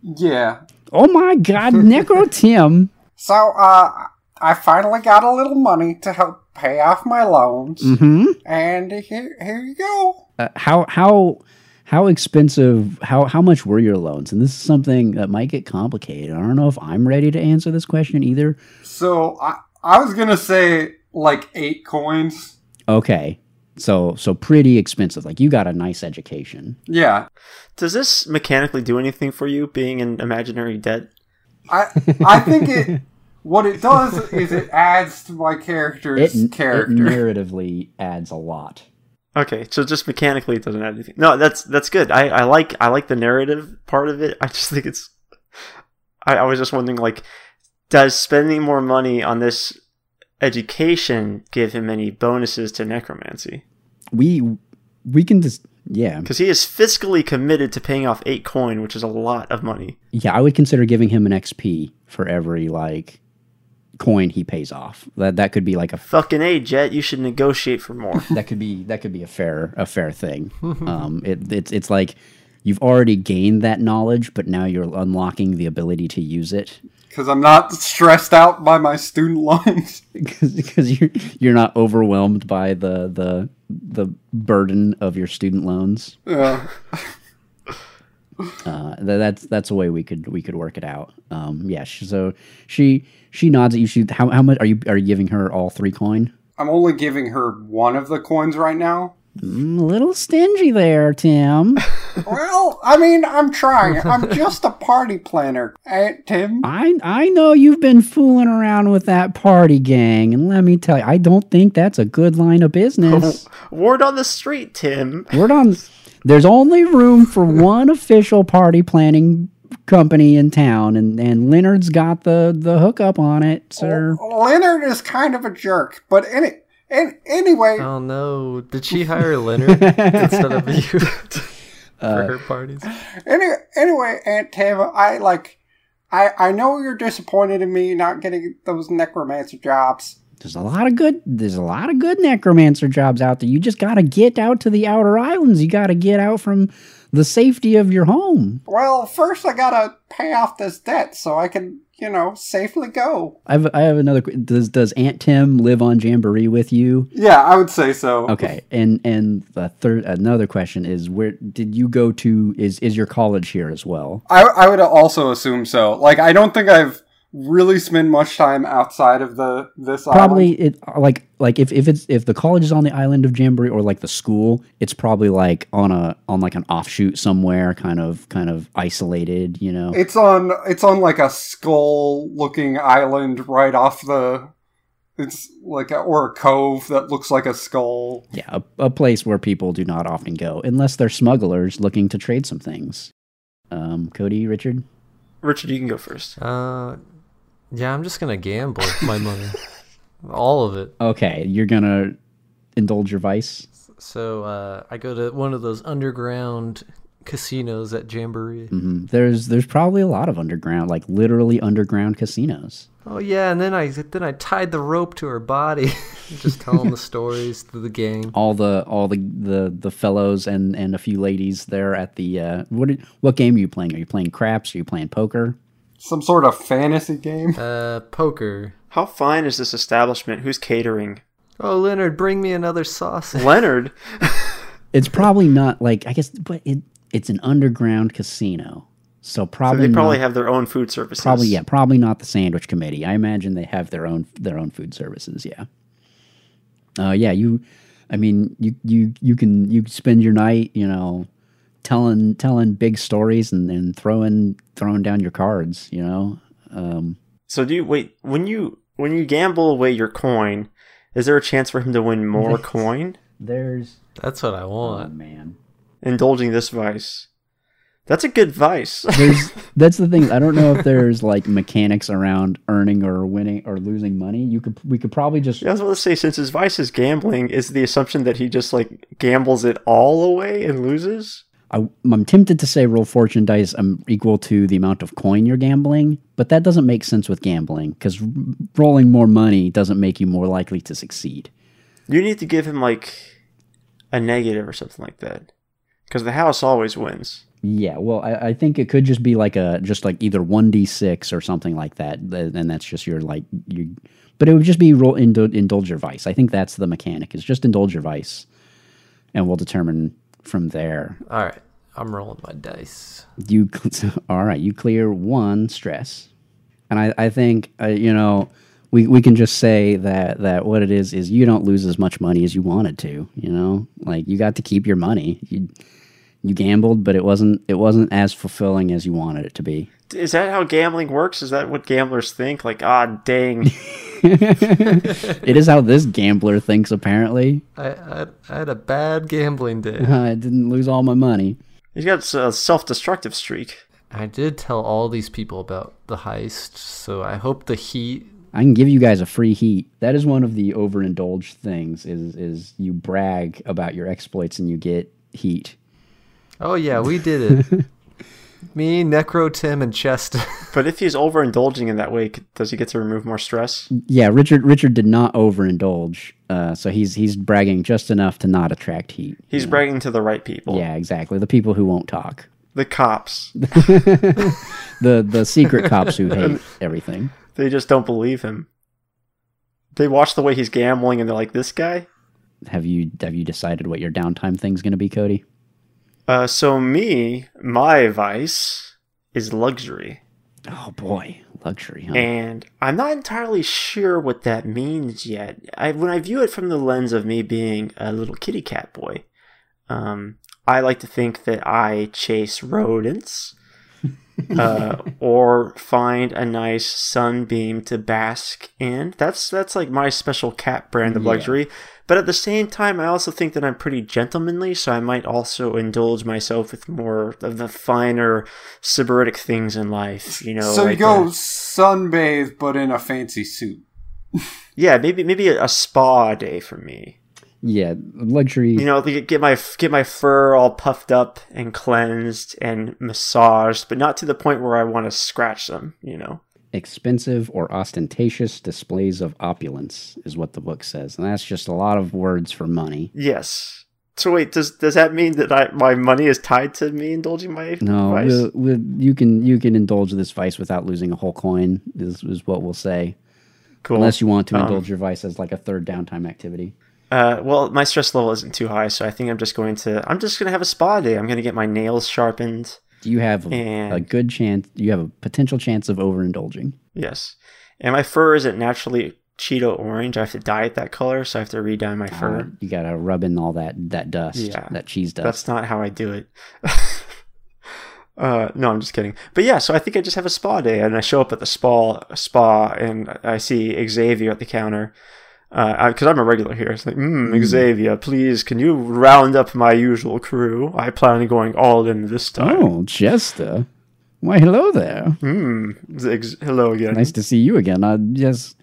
Yeah. Oh my god, Necro Tim. So, uh, I finally got a little money to help pay off my loans, hmm and here, here you go. Uh, how how how expensive how how much were your loans? And this is something that might get complicated. I don't know if I'm ready to answer this question either. So, I, I was gonna say like eight coins. Okay. So so pretty expensive. Like you got a nice education. Yeah. Does this mechanically do anything for you being in imaginary debt? I, I think it. What it does is it adds to my character's It, it character. narratively adds a lot. Okay, so just mechanically it doesn't add anything. No, that's that's good. I, I like I like the narrative part of it. I just think it's I, I was just wondering like does spending more money on this education give him any bonuses to necromancy? We we can just yeah. Because he is fiscally committed to paying off eight coin, which is a lot of money. Yeah, I would consider giving him an XP for every like coin he pays off. That that could be like a Fucking A, Jet, you should negotiate for more. that could be that could be a fair a fair thing. um, it, it's it's like you've already gained that knowledge, but now you're unlocking the ability to use it Because I'm not stressed out by my student loans. because you're you're not overwhelmed by the the the burden of your student loans. Yeah. Uh, tha- that's that's a way we could we could work it out. Um, yeah. sh- So she she nods at you. She how how much are you are you giving her all three coin? I'm only giving her one of the coins right now. Mm, a little stingy there, Tim. Well, I mean, I'm trying. I'm just a party planner, Aunt Tim. I I know you've been fooling around with that party gang, and let me tell you, I don't think that's a good line of business. Word on the street, Tim. Word on there's only room for one official party planning company in town, and, and Leonard's got the, the hookup on it, Oh, sir. Leonard is kind of a jerk, but any, an anyway, Oh no! Did she hire Leonard instead of you Uh, for her parties? any, anyway, Aunt Tim, I like, I I know you're disappointed in me not getting those necromancer jobs. There's a lot of good there's a lot of good necromancer jobs out there. You just gotta get out to the outer islands. You gotta get out from the safety of your home. Well, first I gotta pay off this debt so I can, you know, safely go. I have I have another que- does does Aunt Tim live on Jamboree with you? Yeah, I would say so. Okay, and and the third another question is where did you go to? Is is your college here as well? I, I would also assume so. Like, I don't think I've really spent much time outside of the this Probably island. it like like if, if it's if the college is on the island of Jamboree or like the school, it's probably like on a on like an offshoot somewhere, kind of kind of isolated, you know. It's on it's on like a skull looking island right off the. It's like a, or a cove that looks like a skull. yeah, a, a place where people do not often go unless they're smugglers looking to trade some things. Um, Cody, Richard, Richard, you can go first. Uh, yeah, I'm just gonna gamble my money, all of it. okay, you're gonna indulge your vice. So uh, I go to one of those underground casinos at Jamboree. Mhm. There's there's probably a lot of underground, like literally underground casinos. Oh yeah, and then I then I tied the rope to her body, just telling the stories to the gang. all the all the the, the fellows and and a few ladies there at the uh, what did- what game are you playing? Are you playing craps? Are you playing poker? Some sort of fantasy game. Uh, poker. How fine is this establishment? Who's catering? Oh Leonard, bring me another sausage. Leonard? It's probably not like I guess, but it it's an underground casino, so So probably they probably not, have their own food services. uh, probably yeah probably not the sandwich committee. I imagine they have their own their own food services. Yeah, uh, yeah. You, I mean, you you you can you spend your night, you know. Telling telling big stories and, and throwing throwing down your cards, you know. Um, So do you wait when you when you gamble away your coin? Is there a chance for him to win more coin? there's That's what I Oh want. man. Indulging this vice. That's a good vice. There's that's the thing. I don't know if there's like mechanics around earning or winning or losing money. You could we could probably just Yeah, I was about to say, since his vice is gambling, is the assumption that he just like gambles it all away and loses? I, I'm tempted to say roll fortune dice um, equal to the amount of coin you're gambling, but that doesn't make sense with gambling because rolling more money doesn't make you more likely to succeed. You need to give him like a negative or something like that, because the house always wins. Yeah, well, I, I think it could just be like a just like either one d six or something like that, th- and that's just your like you. But it would just be roll indul- indulge your vice. I think that's the mechanic is just indulge your vice, and we'll determine from there. All right, I'm rolling my dice. You cl- all right? You clear one stress, and I I think uh, you know we we can just say that that what it is is you don't lose as much money as you wanted to. You know, like you got to keep your money. You you gambled, but it wasn't it wasn't as fulfilling as you wanted it to be. Is that how gambling works? Is that what gamblers think? Like, ah, dang. It is how this gambler thinks. Apparently, I, I I had a bad gambling day. I didn't lose all my money. He's got a self-destructive streak. I did tell all these people about the heist, so I hope the heat. I can give you guys a free heat. That is one of the overindulged things. Is is you brag about your exploits and you get heat. Oh yeah, we did it. Me, Necro, Tim, and Chest. But if he's overindulging in that way, c- does he get to remove more stress? Yeah, Richard. Richard did not overindulge, uh, so he's he's bragging just enough to not attract heat. He's bragging to the right people. Yeah, exactly. The people who won't talk, The cops. the the secret cops who hate everything. They just don't believe him. They watch the way he's gambling and they're like, this guy? Have you have you decided what your downtime thing's going to be, Cody? Uh, so, me, my vice is luxury. Oh boy, luxury, huh? And I'm not entirely sure what that means yet. I, when I view it from the lens of me being a little kitty cat boy, um, I like to think that I chase rodents uh, or find a nice sunbeam to bask in. That's that's like my special cat brand of luxury. But at the same time, I also think that I'm pretty gentlemanly, so I might also indulge myself with more of the finer sybaritic things in life. You know, so you like go the- sunbathe, but in a fancy suit. Yeah, maybe maybe a, a spa day for me. yeah, luxury. You know, like, get my get my fur all puffed up and cleansed and massaged, but not to the point where I want to scratch them. You know, expensive or ostentatious displays of opulence is what the book says, and that's just a lot of words for money. yes. So wait, does does that mean that I, my money is tied to me indulging my No, vice? we'll, we'll, you can you can indulge this vice without losing a whole coin. Is is what we'll say. cool. Unless you want to Um, indulge your vice as like a third downtime activity. Uh, well, my stress level isn't too high, so I think I'm just going to I'm just gonna have a spa day. I'm gonna get my nails sharpened. Do you have a, And- a good chance? You have a potential chance of overindulging. Yes, and my fur isn't naturally Cheeto orange. I have to dye it that color, so I have to re-dye my fur. Uh, you gotta rub in all that that dust, Yeah. that cheese dust. That's not how I do it. uh, no, I'm just kidding. But yeah, so I think I just have a spa day, and I show up at the spa spa, and I see Xavier at the counter. Because I'm a regular here, it's like, Hmm. mm, Xavier, please, can you round up my usual crew? I plan on going all in this time. Hmm. oh, Jester. Why, hello there. Ex- hello again. Nice to see you again. I yes,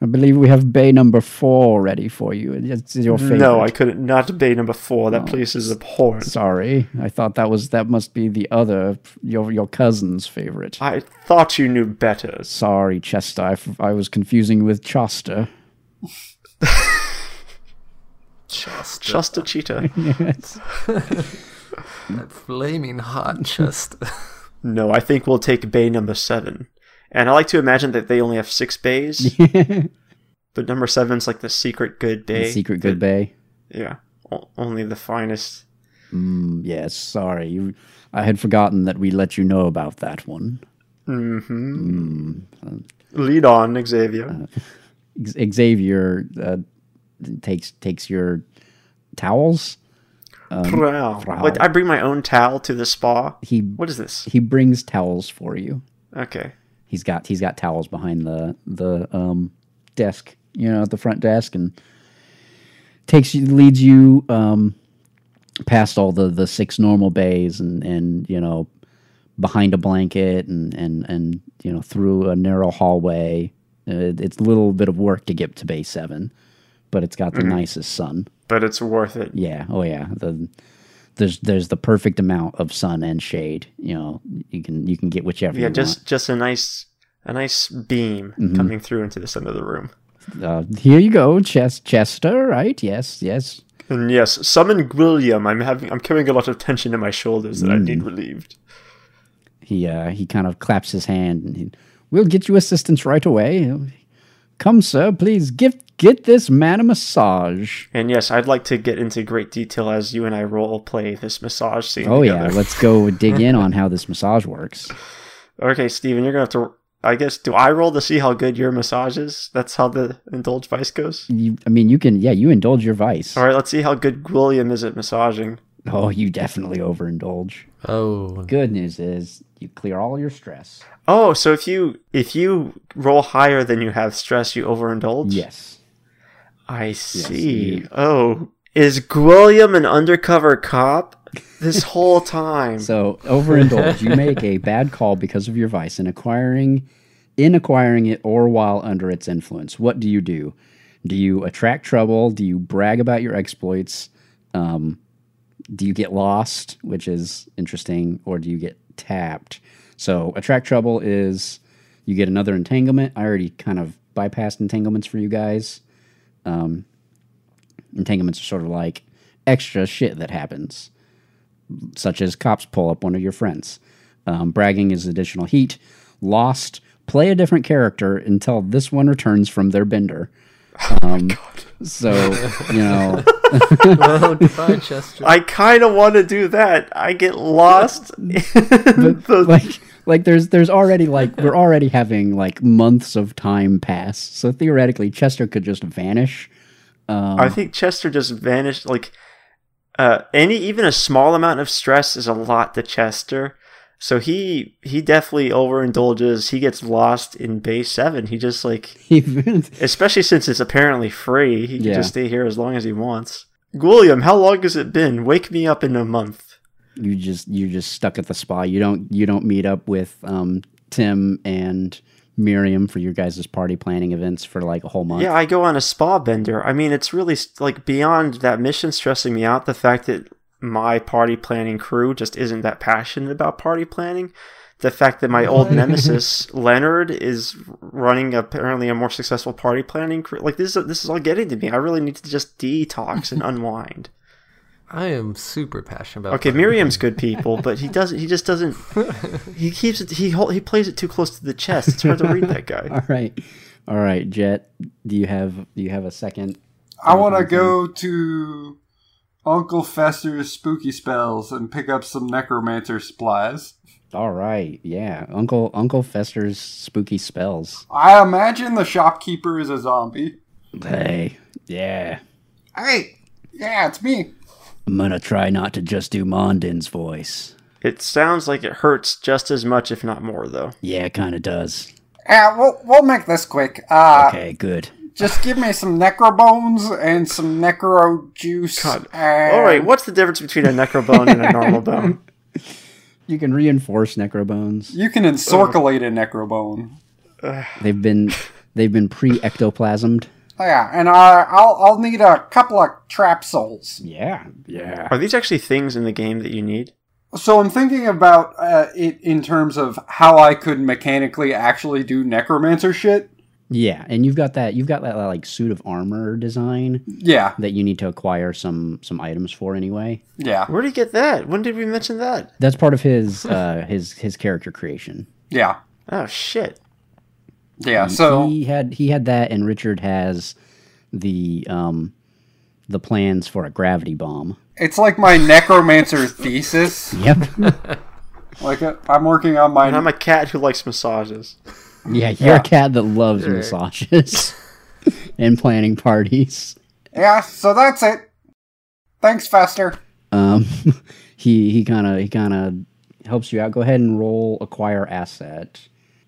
I believe we have bay number four ready for you. It's your favorite. no, I couldn't not bay number four. Oh, That place is abhorrent. Sorry, I thought that was that must be the other your your cousin's favorite. I thought you knew better. Sorry, Chester, I, f- I was confusing you with Chester. Chest. Just a cheetah. Yes. That flaming hot chest. No, I think we'll take bay number seven. And I like to imagine that they only have six bays, but number seven's like the secret good bay. Secret Good Bay. Yeah, o- only the finest. Mm, yes, sorry. You, I had forgotten that we let you know about that one. Lead on, Xavier. X- Xavier uh, takes takes your towels. Um, Prow. What, I bring my own towel to the spa. He What is this? he brings towels for you. Okay. He's got he's got towels behind the the um, desk, you know, at the front desk, and takes you leads you um, past all the the six normal bays and and you know behind a blanket and and and you know through a narrow hallway. Uh, it- it's a little bit of work to get to Bay Seven, but it's Mm-hmm. got the nicest sun. but it's worth it. Yeah. Oh yeah. The there's there's the perfect amount of sun and shade. You know, you can you can get whichever. Yeah, you Mm-hmm. just just a nice a nice beam coming through into this end of the room. want. Uh, here you go, Ches- Chester. Right? Yes. Yes. And yes, summon William. I'm having I'm carrying a lot of tension in my shoulders that I Mm. need relieved. He uh, he kind of claps his hand and he, we'll get you assistance right away. Come, sir, please give get this man a massage. And yes, I'd like to get into great detail as you and I role play this massage scene. Oh yeah, together. let's go dig in on how this massage works. Okay, Steven, you're gonna have to. I guess do I roll to see how good your massage is? That's how the indulge vice goes. You, I mean, you can yeah, you indulge your vice. All right, let's see how good William is at massaging. Oh, you definitely overindulge. Oh, Good news is you clear all your stress. Oh, so if you if you roll higher than you have stress, you overindulge. Yes. I see. you- Oh, is William an undercover cop this whole time? So overindulge, you make a bad call because of your vice in acquiring, in acquiring it, or while under its influence. What do you do? Do you attract trouble? Do you brag about your exploits? Um, do you get lost, which is interesting, or do you get tapped? So attract trouble is you get another entanglement. I already kind of bypassed entanglements for you guys. Um, entanglements are sort of like extra shit that happens such as cops pull up one of your friends. Um, bragging is additional heat. Lost, play a different character until this one returns from their bender. Oh Um, So, you know, well, goodbye, Chester. I kind of want to do that. I get lost. in the- like, like there's there's already like we're already having like months of time pass. So theoretically, Chester could just vanish. Um, I Uh-huh. think Chester just vanished. Like uh, any even a small amount of stress is a lot to Chester. So he he definitely overindulges. He gets lost in base seven. He just like Even especially since it's apparently free. He can Yeah. just stay here as long as he wants. William, how long has it been? Wake me up in a month. you just you're just stuck at the spa. You don't you don't meet up with um, Tim and Miriam for your guys' party planning events for like a whole month. Yeah, I go on a spa bender. I mean, it's really like beyond that mission stressing me out. The fact that my party planning crew just isn't that passionate about party planning. The fact that my old nemesis Leonard is running apparently a more successful party planning crew. Like this is this is all getting to me. I really need to just detox and unwind. I am super passionate about. Okay, that. Miriam's good people, but he doesn't. He just doesn't. He keeps it. He hol- he plays it too close to the chest. It's hard to read that guy. All right, all right, Jet. Do you have do you have a second? I want to go to Uncle Fester's spooky spells and pick up some necromancer supplies. All right, yeah, Uncle Uncle Fester's spooky spells. I imagine the shopkeeper is a zombie. Hey, yeah, Hey, yeah, it's me. I'm gonna try not to just do Mondin's voice. It sounds like it hurts just as much, if not more, though. Yeah, it kind of does. Yeah, we'll we'll make this quick. Uh, Okay, good. just give me some necro bones and some necro juice. God. and- All right, what's the difference between a necrobone and a normal bone? You can reinforce necrobones. You can encirculate a necro bone. They've been they've been pre ectoplasmed. Oh, yeah, and uh, I'll I'll need a couple of trap souls. Yeah, yeah. Are these actually things in the game that you need? So I'm thinking about uh, it in terms of how I could mechanically actually do necromancer shit. Yeah, and you've got that you've got that like suit of armor design Yeah, that you need to acquire some some items for anyway. yeah, Where did you get that? When did we mention that? That's part of his uh his his character creation. yeah, Oh shit! yeah. Mm-hmm. So he had he had that, and Richard has the um the plans for a gravity bomb. it's like my necromancer thesis. Yep. Like uh, I'm working on And I'm my a cat who likes massages. yeah, you're Yeah. a cat that loves massages and planning parties. yeah. So that's it. Thanks, Fester. Um, he he kind of he kind of helps you out. Go ahead and roll acquire asset.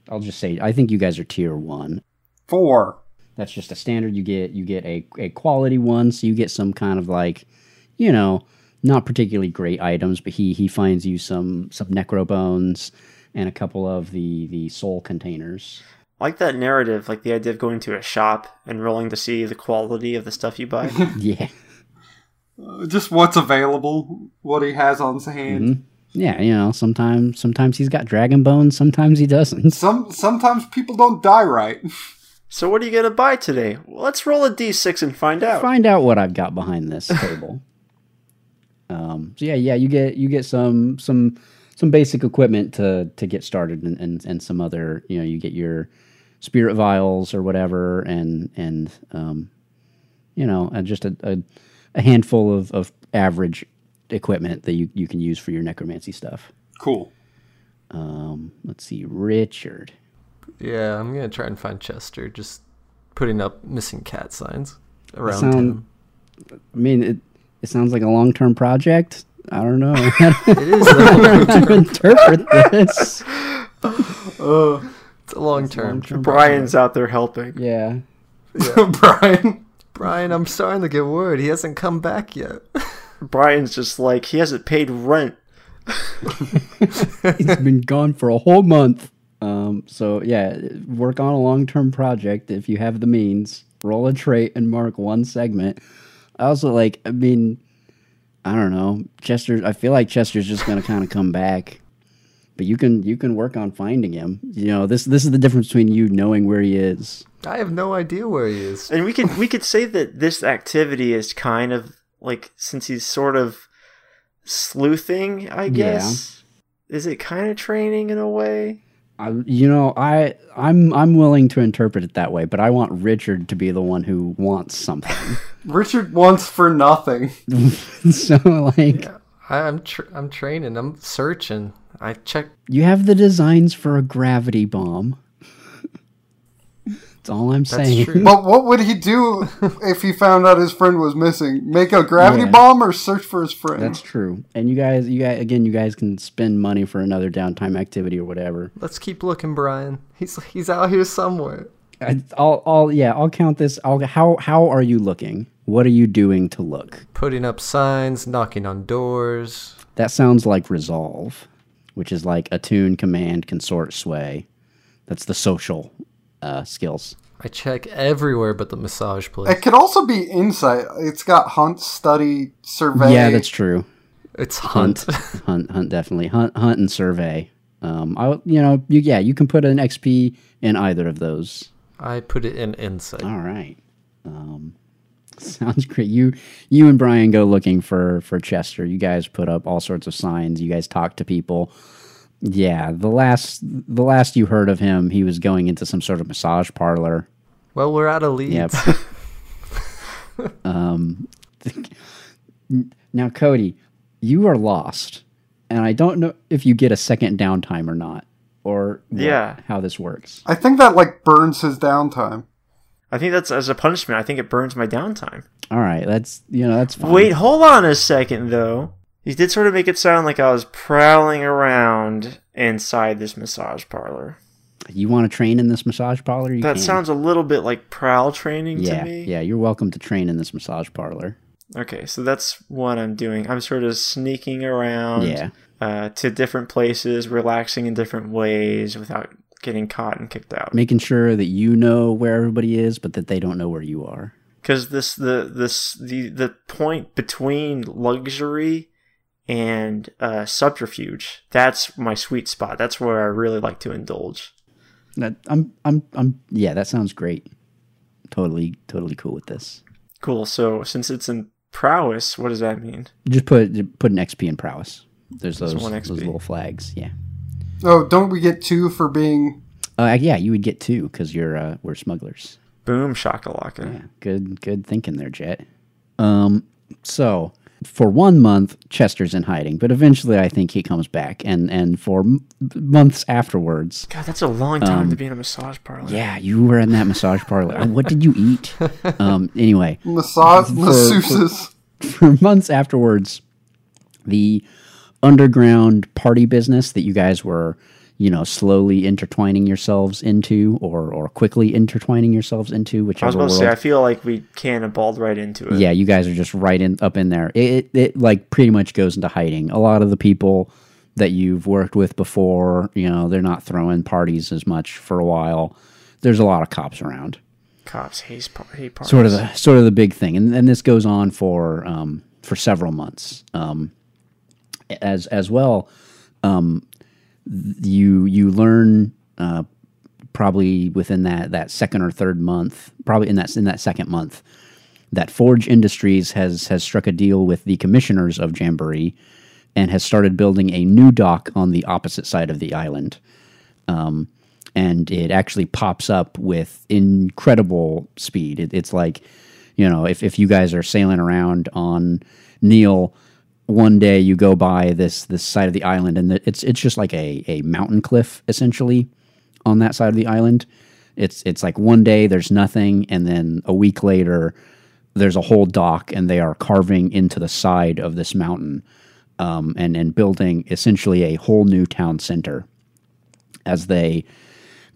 I'll just say I think you guys are tier one. Four. That's just a standard you get. You get a a quality one, so you get some kind of like, you know, not particularly great items, but he he finds you some some necro bones and a couple of the the soul containers. I like that narrative, like the idea of going to a shop and rolling to see the quality of the stuff you buy. Yeah. Uh, Just what's available, what he has on hand. Mhm. Yeah, you know, sometimes sometimes he's got dragon bones, sometimes he doesn't. Some sometimes people don't die right. so what are you gonna buy today? Well, let's roll a d6 and find out. Find out what I've got behind this table. um, so yeah, yeah, you get you get some some some basic equipment to to get started, and and, and some other you know you get your spirit vials or whatever, and and um, you know and just a, a, a handful of, of average equipment that you, you can use for your necromancy stuff. Cool. Um, let's see, Richard. Yeah, I'm gonna try and find Chester. Just putting up missing cat signs around sound- town. I mean, it it sounds like a long term project. I don't know It is though. how to interpret this. it's a long term. Brian's out there helping. Yeah. Brian. Brian, I'm starting to get worried. He hasn't come back yet. Brian's just like he hasn't paid rent. He's been gone for a whole month. Um, so yeah, work on a long term project if you have the means. Roll a trait and mark one segment. I also like, I mean, I don't know, Chester. I feel like Chester's just gonna kind of come back, but you can you can work on finding him. You know, this this is the difference between you knowing where he is. I have no idea where he is. And we could we could say that this activity is kind of like since he's sort of sleuthing, I guess. Is it kind of training in a way? I, you know, I I'm I'm willing to interpret it that way, but I want Richard to be the one who wants something. Richard wants for nothing. so like. I, I'm tr- I'm training. I'm searching. I check. You have the designs for a gravity bomb. That's all I'm That's saying. true. But what would he do if he found out his friend was missing? Make a gravity Yeah. bomb or search for his friend? That's true. And you guys, you guys, again, you guys can spend money for another downtime activity or whatever. Let's keep looking, Brian. He's he's out here somewhere. I, I'll, I'll, yeah, I'll count this. I'll, how, how are you looking? What are you doing to look? Putting up signs, knocking on doors. That sounds like resolve, which is like attune, command, consort, sway. That's the social uh, skills. I check everywhere but the massage place. It could also be insight. It's got hunt, study, survey. Yeah, that's true. It's hunt, hunt. hunt, hunt, definitely hunt, hunt, and survey. Um, I, you know, you, yeah, you can put an XP in either of those. I put it in insight. All right, um, sounds great. You, you and Brian go looking for for Chester. You guys put up all sorts of signs. You guys talk to people. Yeah, the last the last you heard of him, he was going into some sort of massage parlor. Well, we're out of leads. Yep. um, now, Cody, you are lost, and I don't know if you get a second downtime or not, or what- Yeah. how this works. I think that like burns his downtime. I think that's as a punishment. I think it burns my downtime. All right, that's you know that's fine. Wait, hold on a second though. He did sort of make it sound like I was prowling around inside this massage parlor. You want to train in this massage parlor? You That can. sounds a little bit like prowl training yeah, to me. yeah. You're welcome to train in this massage parlor. Okay, so that's what I'm doing. I'm sort of sneaking around Yeah. uh, to different places, relaxing in different ways without getting caught and kicked out. Making sure that you know where everybody is, but that they don't know where you are. Because this the this the the point between luxury and uh, subterfuge. That's my sweet spot. That's where I really like to indulge. That I'm, I'm, I'm. Yeah, that sounds great. Totally, totally cool with this. Cool. So since it's in prowess, what does that mean? Just put put an XP in prowess. There's those, one those XP. little flags. Yeah. Oh, don't we get two for being? Uh, yeah, you would get two because you're uh, we're smugglers. Boom shakalaka. Yeah, good good thinking there, Jet. Um, so for one month, Chester's in hiding, but eventually I think he comes back, and and for m- months afterwards, God, that's a long time to be in a massage parlor. Um, yeah, you were in that massage parlor. Uh, what did you eat? Um, anyway, Massage masseuses. for months afterwards, the underground party business that you guys were you know, slowly intertwining yourselves into, or or quickly intertwining yourselves into, I was whichever about world. to say, I feel like we cannonballed right into it. yeah, you guys are just right in up in there. It, it it like pretty much goes into hiding. A lot of the people that you've worked with before, you know, they're not throwing parties as much for a while. There's a lot of cops around. Cops, he's he parties. sort of the sort of the big thing, and and this goes on for um, for several months. Um, as as well, um, th- you you learn uh, probably within that that second or third month, probably in that in that second month, that Forge Industries has has struck a deal with the commissioners of Jamboree, and has started building a new dock on the opposite side of the island and it actually pops up with incredible speed. It, it's like, you know, if, if you guys are sailing around on Neil, one day you go by this this side of the island, and it's it's just like a, a mountain cliff essentially on that side of the island. It's it's like one day there's nothing, and then a week later there's a whole dock, and they are carving into the side of this mountain, um, and and building essentially a whole new town center as they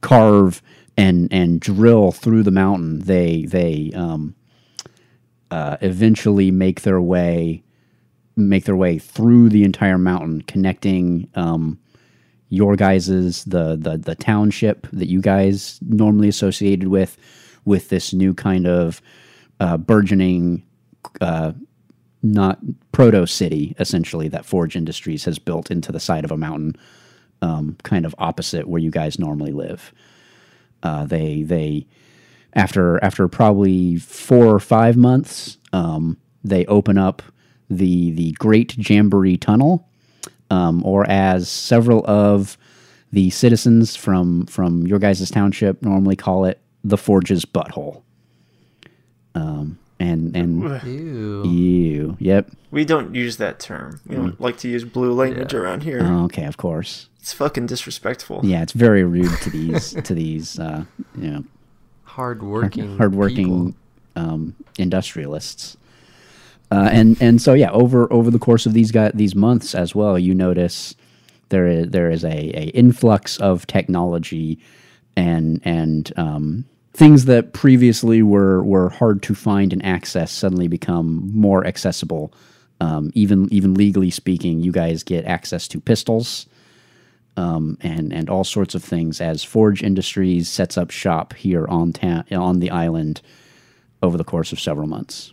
carve and and drill through the mountain, they they um, uh, eventually make their way make their way through the entire mountain, connecting um, your guys's the, the the township that you guys normally associated with with this new kind of uh, burgeoning uh, not proto city essentially that Forge Industries has built into the side of a mountain, um, kind of opposite where you guys normally live. Uh, they they after after probably four or five months, um, they open up the the Great Jamboree Tunnel, um, or as several of the citizens from from your guys' township normally call it, the Forge's butthole. Um, and and Ew. you, yep. We don't use that term. We don't like to use blue language around here. Oh, okay, of course. It's fucking disrespectful. Yeah, it's very rude to these to these uh, you know Hardworking. hardworking people. um, industrialists. Uh, and and so yeah, over over the course of these guy, these months as well, you notice there is there is a, a influx of technology and and um, things that previously were were hard to find and access suddenly become more accessible. Um, even even legally speaking, you guys get access to pistols and and all sorts of things as Forge Industries sets up shop here on ta- on the island over the course of several months.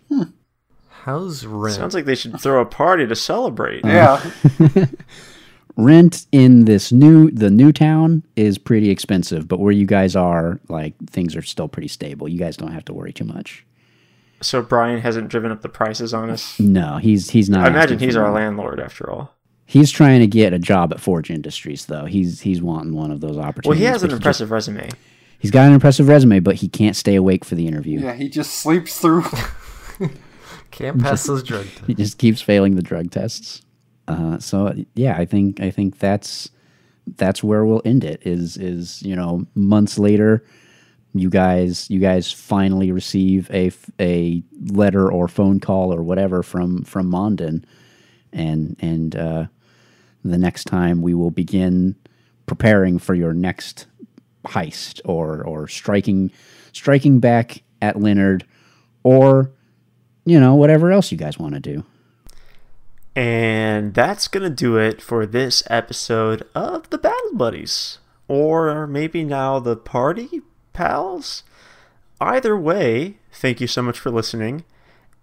How's rent? Sounds like they should throw a party to celebrate. Yeah. Rent in this new the new town is pretty expensive, but where you guys are, like things are still pretty stable. You guys don't have to worry too much. So Brian hasn't driven up the prices on us. No, he's he's not. I imagine asking he's for our more. landlord after all. He's trying to get a job at Forge Industries, though. He's he's wanting one of those opportunities. Well, he has but he an just- impressive resume. he's got an impressive resume, but he can't stay awake for the interview. Yeah, he just sleeps through. Can't pass those drug tests. he just keeps failing the drug tests. Uh, so yeah, I think I think that's that's where we'll end it. Is is you know months later, you guys you guys finally receive a f- a letter or phone call or whatever from from Mondin, and and uh, the next time we will begin preparing for your next heist or or striking striking back at Leonard or you know whatever else you guys want to do. And that's going to do it for this episode of the Battle Buddies. Or maybe now the Party Pals? Either way, thank you so much for listening.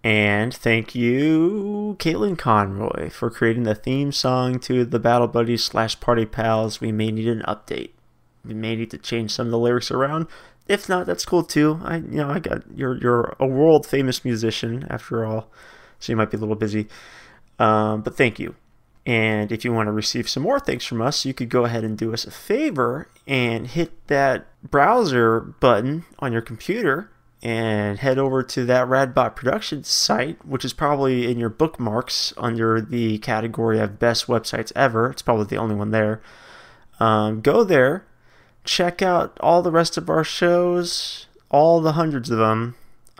And thank you, Caitlin Conroy, for creating the theme song to the Battle Buddies slash Party Pals. We may need an update. We may need to change some of the lyrics around. If not, that's cool too. I, you know, I got you're you're a world famous musician after all, so you might be a little busy. Um, but thank you. And if you want to receive some more thanks from us, you could go ahead and do us a favor and hit that browser button on your computer and head over to that Radbot Productions site, which is probably in your bookmarks under the category of best websites ever. It's probably the only one there. Um, go there, check out all the rest of our shows, all the hundreds of them,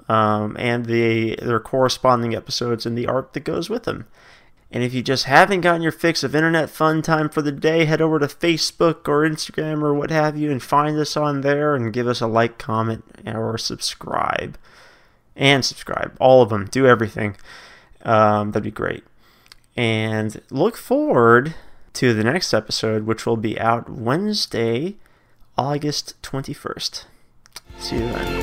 um, and the their corresponding episodes and the art that goes with them. And if you just haven't gotten your fix of internet fun time for the day, head over to Facebook or Instagram or what have you and find us on there and give us a like, comment, or subscribe. And subscribe. All of them. Do everything. Um, that'd be great. And look forward to the next episode, which will be out Wednesday, August 21st. See you then.